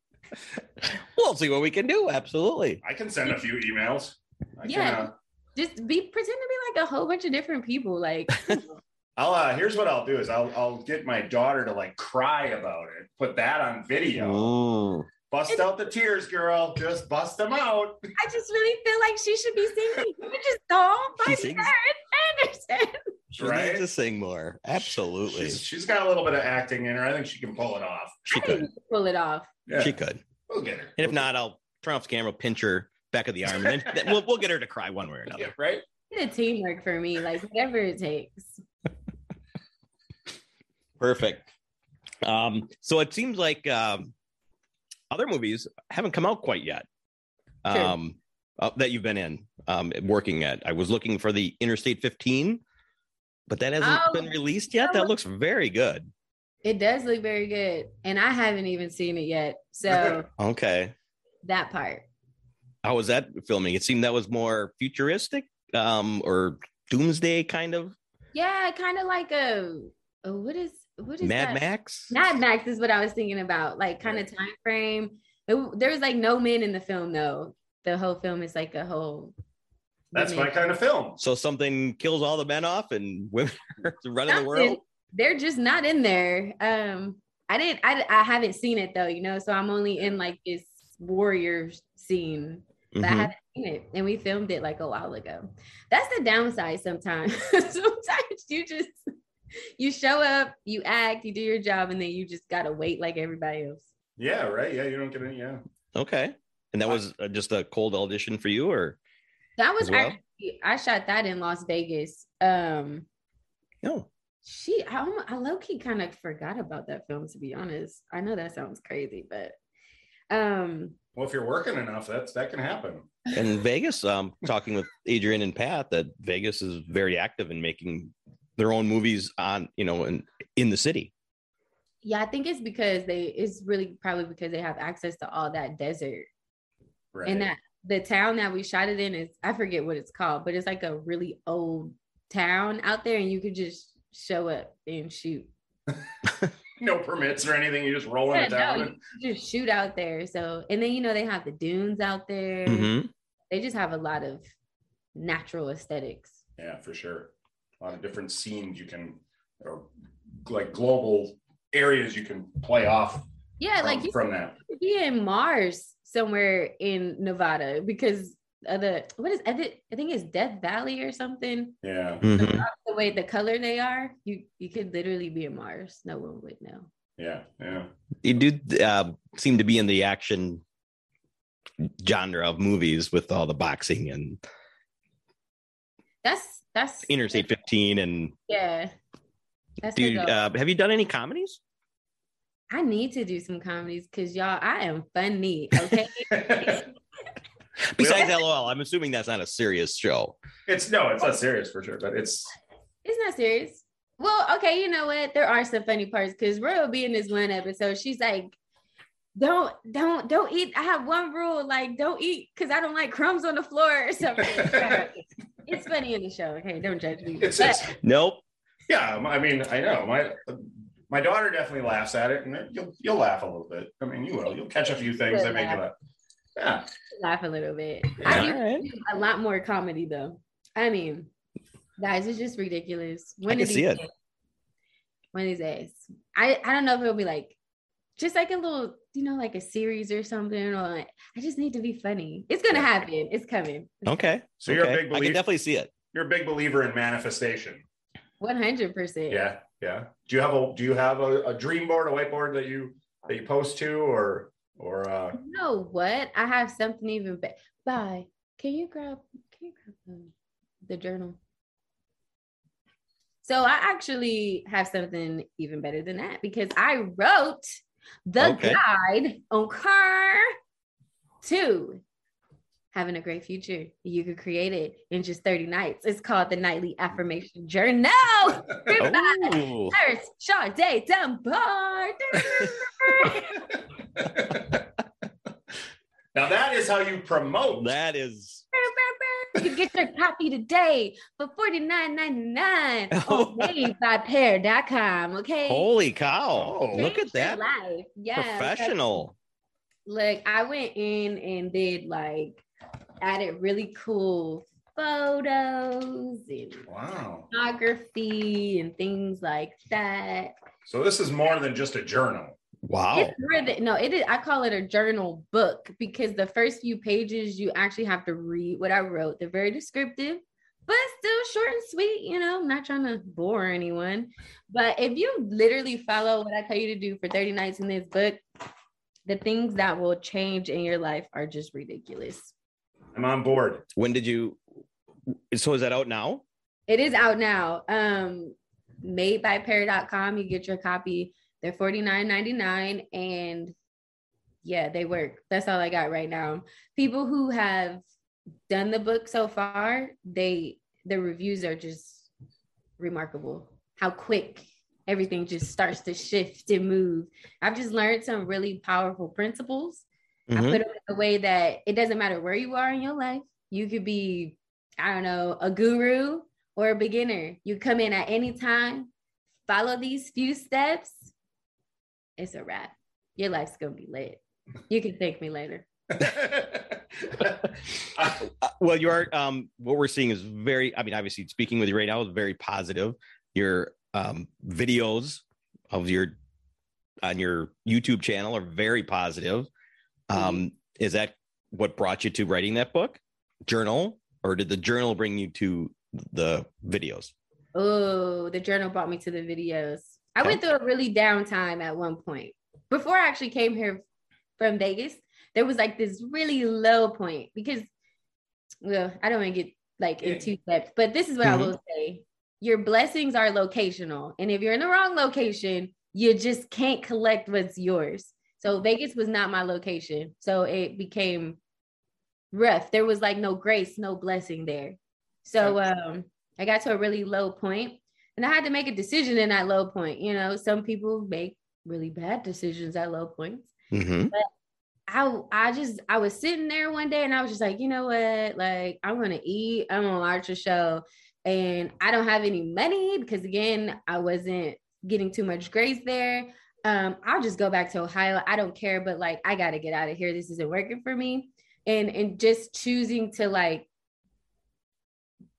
S4: we'll see what we can do. Absolutely.
S3: I can send a few emails. I
S5: Yeah.
S3: Can, uh,
S5: just be pretend to be like a whole bunch of different people. Like
S3: I'll uh, here's what I'll do is I'll I'll get my daughter to like cry about it. Put that on video.
S4: Ooh.
S3: Bust out the tears, girl. Just bust them out.
S5: I just really feel like she should be singing. You just song
S4: She
S5: by
S4: sings.
S5: Karen Anderson.
S4: She needs to sing more. Absolutely.
S3: She's, she's got a little bit of acting in her. I think she can pull it off.
S4: she
S5: I think
S4: could.
S5: you can [LAUGHS] pull it off.
S3: Yeah,
S4: She could.
S3: we'll get her.
S4: And if not, I'll turn off the camera, pinch her back of the arm, and
S3: [LAUGHS]
S4: then, then we'll, we'll get her to cry one way or
S3: yeah,
S4: another.
S3: right.
S5: The teamwork for me, like whatever it takes.
S4: Perfect. Um, so it seems like um, other movies haven't come out quite yet
S5: True.
S4: um, uh, that you've been in, um, working at. I was looking for the Interstate 15, but that hasn't
S5: Oh,
S4: been released yet.
S5: that
S4: That looks very good.
S5: It does look very good, and I haven't even seen it yet. So
S4: Okay.
S5: that part.
S4: How was that filming? It seemed that was more futuristic um, or doomsday kind of.
S5: Yeah, kind of like a, a what is what is
S4: Mad
S5: that?
S4: Max?
S5: Mad Max is what I was thinking about, like kind of time frame. It, there was like no men in the film though. The whole film is like a whole.
S3: That's my
S5: women.
S3: kind of film.
S4: So something kills all the men off and [LAUGHS] women are running the
S5: Something.
S4: world.
S5: They're just not in there. Um, I didn't. I I haven't seen it though, you know. So I'm only in like this warrior scene, but I
S4: Mhm.
S5: haven't seen it. And we filmed it like a while ago. That's the downside sometimes. [LAUGHS] sometimes you just you show up, you act, you do your job, and then you just gotta wait like everybody else.
S3: Yeah, right. Yeah, you don't get any. Yeah.
S4: Okay. And that was uh, just a cold audition for you, or
S5: That was
S4: as well?
S5: actually I shot that in Las Vegas. Um
S4: no?
S5: she I, almo- I low key kind of forgot about that film to be honest. I know that sounds crazy, but um
S3: Well, if you're working enough, that's that can happen.
S4: [LAUGHS] And Vegas, um, talking with Adrian and Pat, that Vegas is very active in making their own movies on, you know, in in the city.
S5: yeah, I think it's because they it's really probably because they have access to all that desert
S3: Right.
S5: and that the town that we shot it in is I forget what it's called, but it's like a really old town out there and you could just show up and shoot.
S3: no permits or anything. You just rolling
S5: Yeah,
S3: it down.
S5: no,
S3: and-
S5: you could just shoot out there. So and then you know they have the dunes out there.
S3: Mm-hmm.
S4: Mm-hmm.
S5: they just have a lot of natural aesthetics.
S3: Yeah, for sure. A lot of different scenes you can, or like global areas you can play off
S5: Yeah,
S3: from,
S5: like you
S3: from that.
S5: could be in Mars somewhere in Nevada because of the what is I thi- I think it's Death Valley or something.
S3: Yeah,
S4: Mhm.
S5: The way the color they are, you you could literally be in Mars. No one would know.
S3: yeah, yeah. [LAUGHS]
S4: You do uh, seem to be in the action genre of movies with all the boxing and
S5: That's that's
S4: Interstate 15. And
S5: Yeah, that's
S4: do
S5: the
S4: you,
S5: goal.
S4: uh, have you done any comedies?
S5: I need to do some comedies because y'all, I am funny. Okay,
S4: [LAUGHS] Besides LOL, I'm assuming that's not a serious show.
S3: it's no, it's not serious for sure, but it's
S5: It's not serious. Well, okay, you know what? There are some funny parts because Roy will be in this one episode. She's like, "Don't, don't, don't eat." I have one rule: like, don't eat because I don't like crumbs on the floor
S3: [LAUGHS]
S5: or something. it's funny in the show. Okay, don't judge me.
S3: it's,
S5: But
S3: it's
S4: Nope.
S3: yeah. I mean, I know my my daughter definitely laughs at it, and you'll you'll laugh a little bit. I mean, you will. You'll catch a few things that make you laugh. Yeah,
S5: laugh a little bit. I
S4: All right.
S5: do a lot more comedy though. I mean, guys, it's just ridiculous. When
S4: can
S5: is
S4: see it.
S5: One of these days, I I don't know if it'll be like just like a little, you know, like a series or something. Or like, I just need to be funny. It's gonna happen. It's coming.
S4: Okay.
S3: So you're a
S4: Okay.
S3: big
S4: I can
S3: believer-
S4: definitely see it.
S3: you're a big believer in manifestation.
S5: One hundred percent.
S3: Yeah, yeah. Do you have a do you have a, a dream board, a whiteboard that you that you post to, or or uh,
S5: You know what? I have something even better. Bye. Can you grab? Can you grab the, the journal? So I actually have something even better than that because I wrote the
S4: Okay.
S5: guide on car to having a great future. You could create it in just 30 nights. It's called the Nightly
S4: [LAUGHS]
S5: Affirmation Journal. Written by
S4: Oh.
S5: Nurse Sade
S4: [LAUGHS]
S5: Dunbar.
S3: now that is how you promote.
S4: That is
S5: You can get your copy today for forty nine
S4: [LAUGHS]
S5: ninety nine on madebypear.com. Okay.
S4: Holy cow.
S3: Oh.
S4: Look at
S5: Change your
S4: that.
S5: Life. Yeah.
S4: Professional.
S5: like I went in and did like added really cool photos and
S3: Wow.
S5: photography and things like that.
S3: So this is more than just a journal.
S4: Wow.
S5: It's more than no, it is I call it a journal book because the first few pages you actually have to read what I wrote. They're very descriptive, but still short and sweet, you know, I'm not trying to bore anyone. But if you literally follow what I tell you to do for 30 nights in this book, the things that will change in your life are just ridiculous.
S3: I'm on board. [LAUGHS]
S4: When did you? So is that out now?
S5: It is out now. Um, made by pair.com. You get your copy. They're $49.99. And yeah, they work. That's all I got right now. People who have done the book so far, they the reviews are just remarkable. How quick everything just starts to shift and move. I've just learned some really powerful principles I
S4: Mhm.
S5: put it in a way that it doesn't matter where you are in your life. You could be, I don't know, a guru or a beginner. You come in at any time, follow these few steps. It's a wrap. Your life's gonna be lit. You can thank me later.
S3: I-
S4: Uh, well, you are. Um, what we're seeing is very. I mean, obviously, speaking with you right now is very positive. Your um, videos of your on your YouTube channel are very positive. Um, Is that what brought you to writing that book, journal, or did the journal bring you to the videos?
S5: Oh, the journal brought me to the videos. I went through a really downtime at one point. Before I actually came here from Vegas, there was like this really low point because, well, I don't want to get like in
S3: Yeah.
S5: two steps, but this is what I will say. Your blessings are locational. And if you're in the wrong location, you just can't collect what's yours. So Vegas was not my location. So it became rough. There was like no grace, no blessing there. So um I got to a really low point and I had to make a decision in that low point. You know, some people make really bad decisions at low points.
S4: Mm-hmm.
S5: I I just I was sitting there one day and I was just like, you know what? Like I'm gonna eat. I'm on Archer show, and I don't have any money because again I wasn't getting too much grace there. Um, I'll just go back to Ohio. I don't care, but like I gotta get out of here. This isn't working for me, and and just choosing to like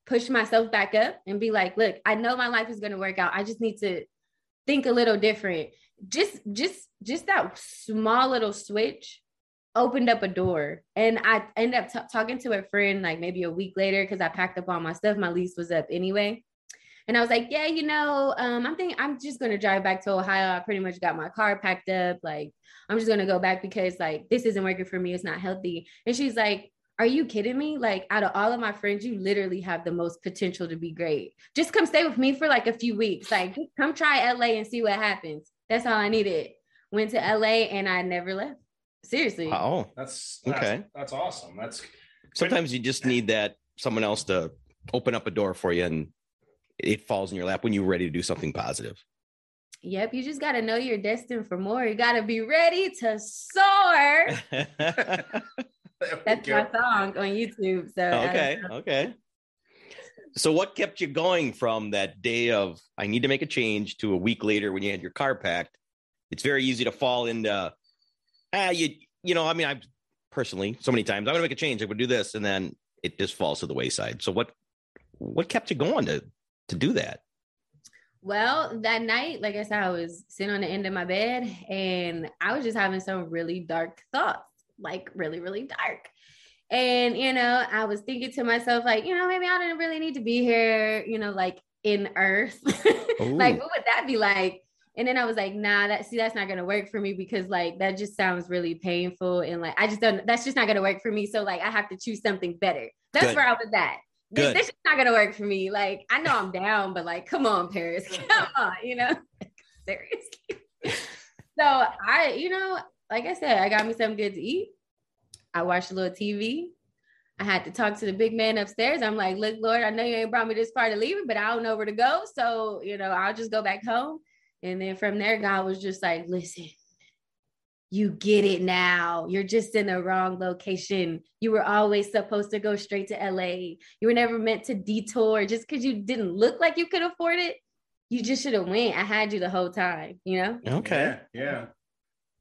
S5: push myself back up and be like, look, I know my life is gonna work out. I just need to think a little different. Just just just that small little switch opened up a door and i ended up t- talking to a friend like maybe a week later because i packed up all my stuff my lease was up anyway and i was like yeah you know um, i'm thinking i'm just going to drive back to ohio i pretty much got my car packed up like i'm just going to go back because like this isn't working for me it's not healthy and she's like are you kidding me like out of all of my friends you literally have the most potential to be great just come stay with me for like a few weeks like just come try la and see what happens that's all i needed went to la and i never left seriously
S4: Wow.
S3: that's, that's okay.
S4: Okay.
S3: That's awesome. That's
S4: Sometimes you just need that someone else to open up a door for you, and it falls in your lap when you're ready to do something positive.
S5: Yep, you just got to know you're destined for more. You got to be ready
S4: [LAUGHS]
S5: to soar.
S3: there we
S5: That's
S3: go.
S5: my song on YouTube. So uh,
S4: okay okay so what kept you going from that day of i need to make a change to a week later when you had your car packed it's very easy to fall into ah you you know i mean i have personally so many times i'm gonna make a change i'm gonna do this and then it just falls to the wayside so what what kept you going to to do that
S5: Well, that night, like I said, I was sitting on the end of my bed and I was just having some really dark thoughts, like really, really dark. And, you know, I was thinking to myself, like, you know, maybe I didn't really need to be here, you know, like in earth. [LAUGHS] like,
S4: Ooh.
S5: what would that be like? And then I was like, nah, that see, that's not gonna work for me because like that just sounds really painful. And like I just don't that's just not gonna work for me. So like I have to choose something better. That's
S4: Good.
S5: where I was at this,
S4: Good.
S5: this is not gonna work for me. Like, I know I'm down, but like, come on, Paris, [LAUGHS] come on, you know, [LAUGHS] seriously. so I, you know, like I said, I got me something good to eat. I watched a little TV. I had to talk to the big man upstairs. I'm like, look, Lord, I know you ain't brought me this far to leave it, but I don't know where to go. So, you know, I'll just go back home. And then from there, God was just like, listen, you get it now. You're just in the wrong location. You were always supposed to go straight to LA. You were never meant to detour just because you didn't look like you could afford it. You just should have went. I had you the whole time, you know?
S4: Okay.
S3: Yeah. yeah.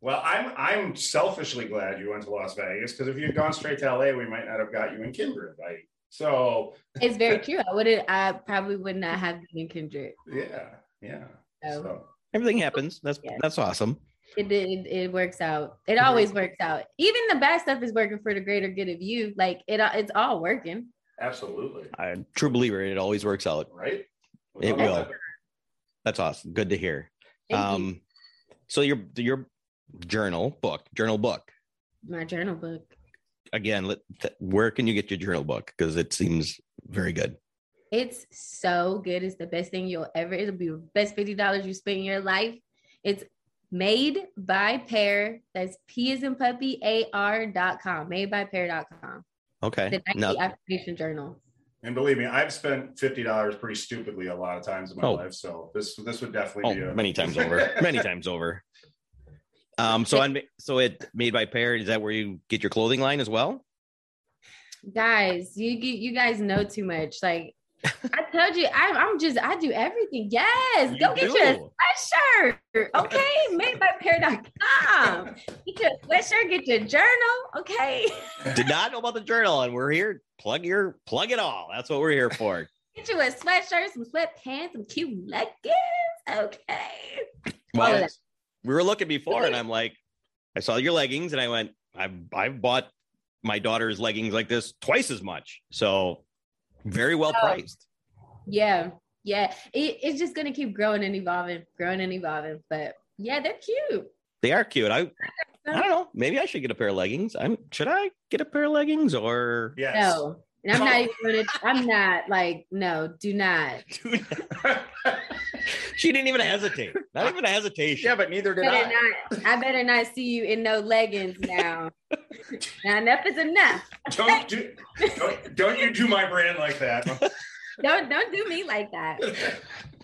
S3: Well, I'm I'm selfishly glad you went to Las Vegas because if you'd gone straight to LA, we might not have got you in Kindred. Right? So
S5: It's very true. I wouldn't I probably would not have been in Kindred.
S3: yeah, yeah.
S5: So
S3: So
S4: Everything happens. That's
S5: Yeah.
S4: that's awesome.
S5: it, it it works out. It always works out. Even the bad stuff is working for the greater good of you. Like it it's all working.
S3: absolutely.
S4: I'm a true believer. It always works out.
S3: Right?
S4: It will. That's awesome. Good to hear.
S5: Thank you.
S4: um so your your journal book, journal book.
S5: My journal book.
S4: Again, let, th- where can you get your journal book because it seems very good.
S5: It's so good. It's the best thing you'll ever. It'll be the best fifty dollars you spend in your life. It's made by Pear. That's P is in puppy A R dot com. Made by Pear dot com.
S4: Okay.
S5: The Nike
S4: Now,
S5: affirmation journal.
S3: And believe me, I've spent fifty dollars pretty stupidly a lot of times in my
S4: Oh.
S3: life. So this this would definitely
S4: oh,
S3: be a,
S4: many times [LAUGHS]
S3: [LAUGHS]
S4: over. many times over. Um so on so it made by pair is that where you get your clothing line as well?
S5: Guys, you get you guys know too much. Like I told you, I'm, I'm just I do everything. Yes,
S4: You
S5: go get
S4: do.
S5: your sweatshirt. Okay, made by Pear.com. Get your sweatshirt. Get your journal. Okay. [LAUGHS]
S4: Did not know about the journal and we're here plug your plug it all. That's what we're here for.
S5: Get you a sweatshirt, some sweatpants, some cute leggings. Okay. All of
S4: Well,
S5: that.
S4: we were looking before, and I'm like, I saw your leggings, and I went, I've I've bought my daughter's leggings like this twice as much, so very well priced.
S5: Yeah. Yeah. It, it's just going to keep growing and evolving, growing and evolving. But yeah, they're cute.
S4: They are cute. I I don't know. Maybe I should get a pair of leggings. I'm should I get a pair of leggings or
S3: Yes.
S5: No. And I'm not even going to, I'm not like, no, do not.
S3: [LAUGHS]
S4: Dude, [LAUGHS] she didn't even hesitate. Not even a hesitation. [LAUGHS]
S3: yeah, but neither did
S5: Better
S3: I.
S5: not, I better not see you in no leggings now. now, enough is enough. [LAUGHS]
S3: Don't do don't, don't you do my brand like
S4: [LAUGHS]
S3: that.
S5: Don't don't do me like that.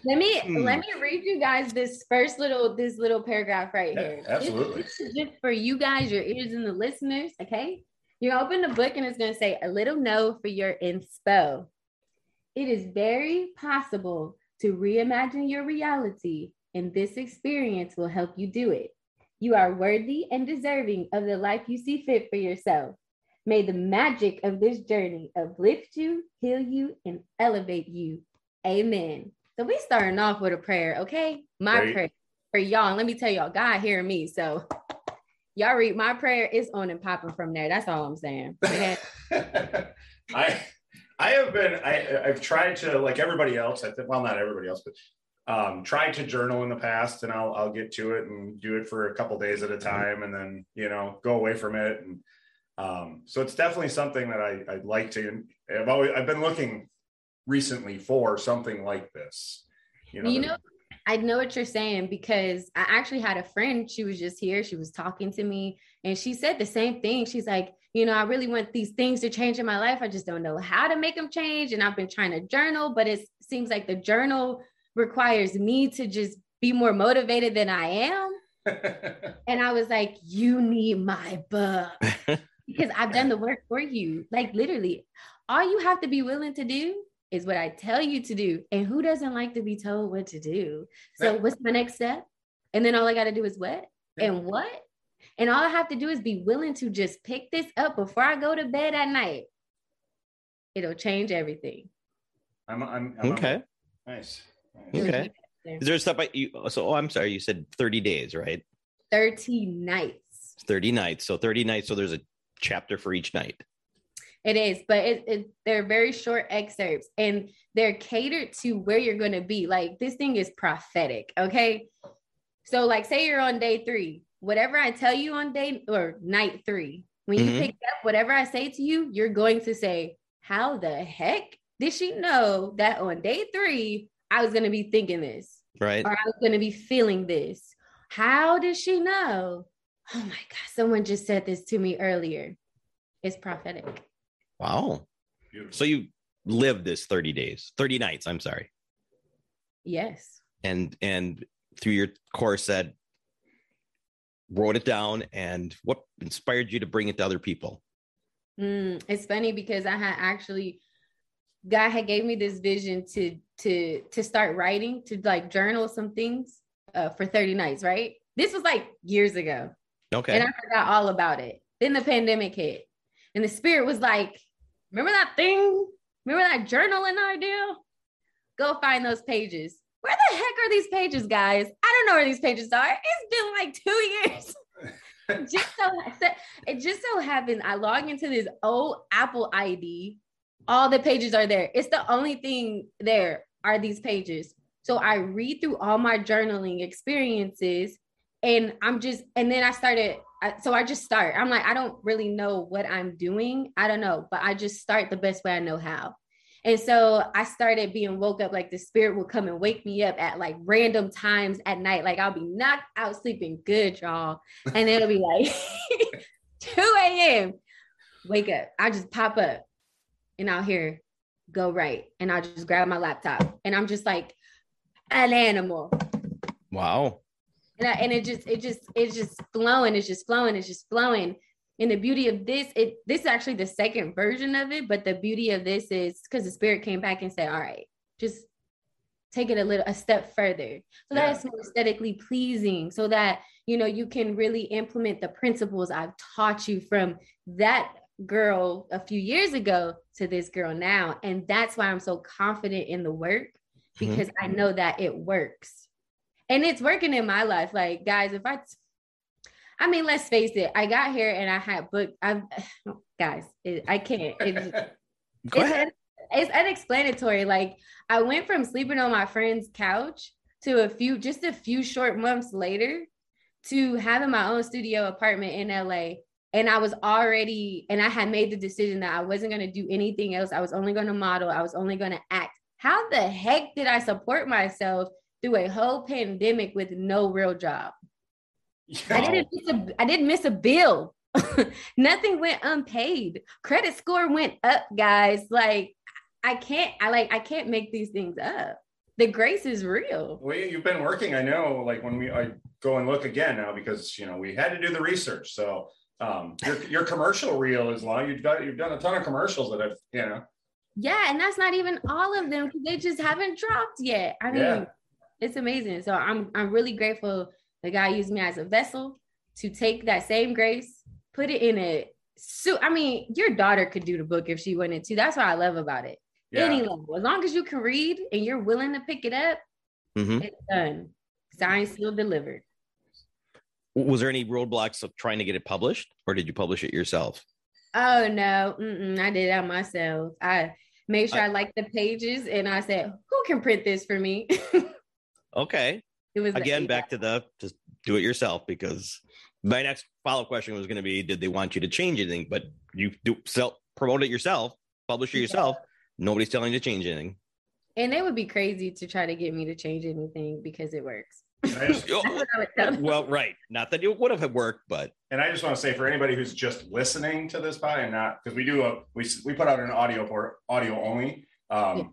S5: Let me
S4: Hmm.
S5: let me read you guys this first little this little paragraph right
S3: Yeah,
S5: here. This-
S3: absolutely.
S5: This, is just for you guys, your ears and the listeners. Okay, you open the book and it's going to say a little no for your inspo. It is very possible to reimagine your reality, and this experience will help you do it. You are worthy and deserving of the life you see fit for yourself. May the magic of this journey uplift you, heal you, and elevate you. Amen. So we starting off with a prayer, okay? My
S3: Right.
S5: prayer for y'all. And let me tell y'all, God hearing me. So y'all read my prayer is on and popping from there. That's all I'm saying. Okay?
S3: [LAUGHS] I I have been I I've tried to like everybody else. I think well not everybody else, but um, tried to journal in the past, and I'll I'll get to it and do it for a couple days at a
S4: Mm-hmm.
S3: time, and then you know go away from it. And um, so it's definitely something that I I'd like to. I've always I've been looking recently for something like this. You know,
S5: you
S3: that-
S5: know, I know what you're saying because I actually had a friend. She was just here. She was talking to me and she said the same thing. She's like, you know, I really want these things to change in my life. I just don't know how to make them change. And I've been trying to journal, but it seems like the journal requires me to just be more motivated than I am. And I was like, you need my book because I've done the work for you. Like literally, all you have to be willing to do is what I tell you to do. And who doesn't like to be told what to do? So
S3: Yeah.
S5: what's my next step? And then all I got to do is what?
S3: Yeah.
S5: And what? And all I have to do is be willing to just pick this up before I go to bed at night. It'll change everything.
S3: [LAUGHS] I'm, I'm, I'm
S4: Okay.
S3: Nice. nice.
S5: It'll
S4: Okay.
S5: change everything.
S4: Is there stuff I you? So oh, I'm sorry. You said 30 days, right?
S5: 30 nights.
S4: 30 nights. So 30 nights. So there's a chapter for each night.
S5: It is, but it, it they're very short excerpts and they're catered to where you're going to be. Like this thing is prophetic, okay? So like say you're on day 3, whatever I tell you on day or night 3, when you
S4: Mhm.
S5: pick up whatever I say to you, you're going to say, "How the heck did she know that on day 3 I was going to be thinking this
S4: Right.
S5: or I was going to be feeling this? How did she know?" Oh my god, someone just said this to me earlier. It's prophetic.
S4: Wow.
S3: Beautiful.
S4: So you lived this 30 days, 30 nights, I'm sorry.
S5: Yes.
S4: And and through your course that wrote it down and what inspired you to bring it to other people?
S5: Mm, it's funny because I had actually God had gave me this vision to to to start writing to like journal some things uh, for 30 nights, right? This was like years ago.
S4: Okay.
S5: And I forgot all about it. Then the pandemic hit. And the spirit was like, remember that thing? Remember that journaling idea? Go find those pages. Where the heck are these pages, guys? I don't know where these pages are. It's been like two years. [LAUGHS] just so it just so happened I log into this old Apple ID. All the pages are there. It's the only thing there are these pages. So I read through all my journaling experiences and I'm just and then I started I- so I just start. I'm like I don't really know what I'm doing. I don't know, but I just start the best way I know how. And so I started being woke up like the spirit would come and wake me up at like random times at night. Like I'll be knocked out sleeping good, y'all and it'll be like [LAUGHS] 2 a.m. Wake up. I just pop up and I'll hear go right. And I'll just grab my laptop. And I'm just like an animal.
S4: wow.
S5: And, I, and it just, it just, it's just flowing. It's just flowing. It's just flowing. And the beauty of this, it this is actually the second version of it. But the beauty of this is because the spirit came back and said, All right, just take it a little a step further. So
S3: Yeah.
S5: that it's more aesthetically pleasing. So that you know you can really implement the principles i've taught you from that girl a few years ago to this girl now and that's why i'm so confident in the work because i know that it works and it's working in my life like guys if i i mean let's face it i got here and i had booked i've [SIGHS] guys it, i can't it,
S4: Go
S5: it's,
S4: ahead.
S5: it's unexplanatory. Like I went from sleeping on my friend's couch to a few, just a few short months later, to having my own studio apartment in LA. And I was already, and I had made the decision that I wasn't going to do anything else. I was only going to model. I was only going to act. How the heck did I support myself through a whole pandemic with no real job? I
S3: Yeah.
S5: didn't miss a, I didn't miss a bill. [LAUGHS] Nothing went unpaid. Credit score went up, guys. Like I can't I like I can't make these things up. The grace is real.
S3: Well, you- you've been working. I know. Like when we, I go and look again now because you know we had to do the research. So um, your your commercial reel is long. You've done you've done a ton of commercials that have you know.
S5: Yeah, and that's not even all of them 'cause they just haven't dropped yet. I mean,
S3: Yeah.
S5: it's amazing. So I'm I'm really grateful that God used me as a vessel to take that same grace, put it in a suit. I mean, your daughter could do the book if she wanted to. That's what I love about it. Any
S3: Yeah.
S5: level, as long as you can read and you're willing to pick it up,
S4: Mhm.
S5: it's done. Signed, sealed, delivered.
S4: Was there any roadblocks of trying to get it published or did you publish it yourself?
S5: Oh no, Mm-mm, I did that myself. I made sure I, liked the pages and I said, who can print this for me? [LAUGHS]
S4: Okay.
S5: it was the
S4: Again,
S5: eight-
S4: back to the just do it yourself because my next follow up question was going to be did they want you to change anything? But you do self promote it yourself, publish it
S5: Yeah.
S4: yourself. Nobody's telling you to change anything.
S5: And they would be crazy to try to get me to change anything because it works.
S3: And I just,
S4: Oh,
S5: That's what I would tell
S4: [LAUGHS]
S5: them.
S4: well, right. Not that it would have worked, but
S3: and I just want to say for anybody who's just listening to this pod and not because we do a we s- we put out an audio port audio only. Um,
S5: Yeah.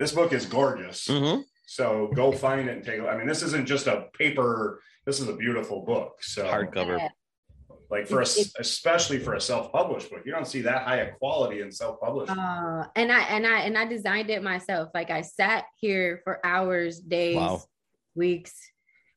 S3: This book is gorgeous.
S4: Mhm.
S3: So go find it and take. a I mean, this isn't just a paper. This is a beautiful book. So
S4: hardcover.
S5: Yeah.
S3: like for us, especially for a self-published book, you don't see that high a quality in self-published.
S5: Uh, and I and I and I designed it myself. Like I sat here for hours, days,
S4: Wow.
S5: weeks.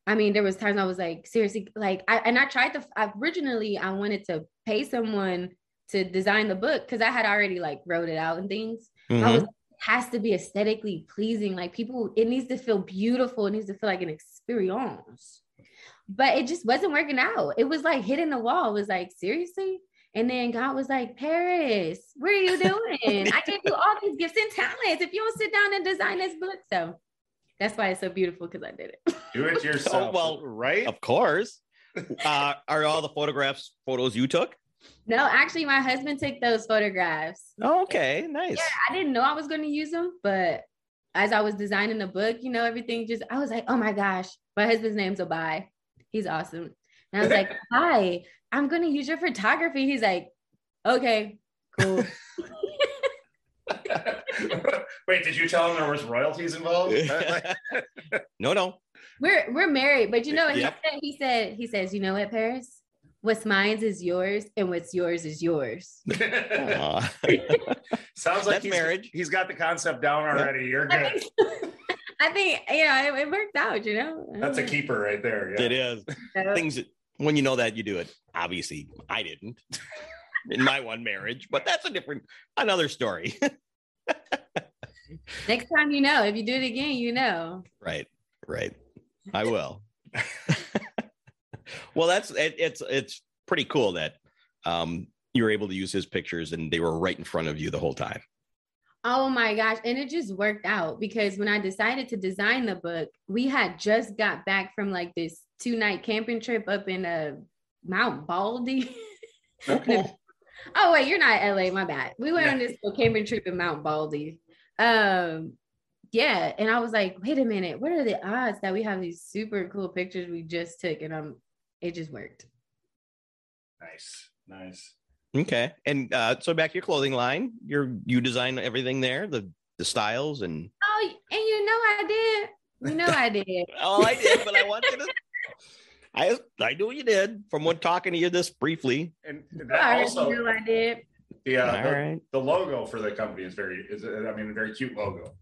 S5: I mean, there was times I was like, seriously, like I and I tried to I- originally I wanted to pay someone to design the book because I had already like wrote it out and things.
S4: Mhm.
S5: I was it has to be aesthetically pleasing. Like people, it needs to feel beautiful. It needs to feel like an experience. But it just wasn't working out. It was like hitting the wall. It was like, seriously? And then God was like, Paris, what are you doing? I gave you all these gifts and talents. If you don't sit down and design this book, so that's why it's so beautiful because I did it. [LAUGHS]
S3: Do [LAUGHS] it yourself.
S4: Oh, well,
S3: right? [LAUGHS]
S4: Of course. Uh, are all the photographs photos you took?
S5: No, actually, my husband took those photographs.
S4: Oh, okay, nice. [LAUGHS]
S5: I didn't know I was going to use them, but as I was designing the book, you know, everything just, I was like, oh my gosh, my husband's name's Abai. He's awesome. And I was
S3: [LAUGHS]
S5: like, hi, I'm going to use
S3: [LAUGHS]
S5: your photography. He's like, okay, cool.
S3: Wait, did you tell him there was royalties involved?
S4: no, no.
S5: We're we're married, but you know what
S4: Yep.
S5: he said? He said he says, you know what, Paris? What's mine is yours, and what's yours is yours.
S4: Aw.
S3: [LAUGHS] Sounds like
S4: That's
S3: he's,
S4: marriage.
S3: He's got the concept down already. You're
S5: I
S3: good.
S5: think, [LAUGHS] I think yeah, it, it worked out. You know, Mm. I
S3: That's a
S5: don't
S3: keeper right there. Yeah.
S4: [LAUGHS] It is.
S5: know.
S4: Things that- when you know that you do it. Obviously, I didn't [LAUGHS] in my one marriage, but that's a different another story.
S5: Next time you know, if you do it again, you know.
S4: right. Right. I [LAUGHS] will. well, that's it, it's it's pretty cool that um you were able to use his pictures and they were right in front of you the whole time.
S5: Oh my gosh. And it just worked out because when I decided to design the book, we had just got back from like this two night camping trip up in uh, Mount Baldy. [LAUGHS]
S3: Okay.
S5: oh, wait, you're not LA. My bad. We went
S3: Yeah.
S5: on this little camping trip in Mount Baldy. Um, yeah. And I was like, wait a minute. What are the odds that we have these super cool pictures we just took? And um, it just worked.
S3: Nice. Nice.
S4: Okay. And uh so back to your clothing line, you're you design everything there, the the styles and
S5: Oh, and you know I did. You know
S3: [LAUGHS]
S5: I did.
S4: Oh, I did, but I want you to. [LAUGHS] I I knew you did from what talking to you this briefly.
S3: And
S5: I
S3: that
S5: already
S3: also uh,
S5: knew I did.
S3: the, uh,
S4: All
S3: the
S4: right.
S3: the logo for the company is very is uh, I mean a very cute logo.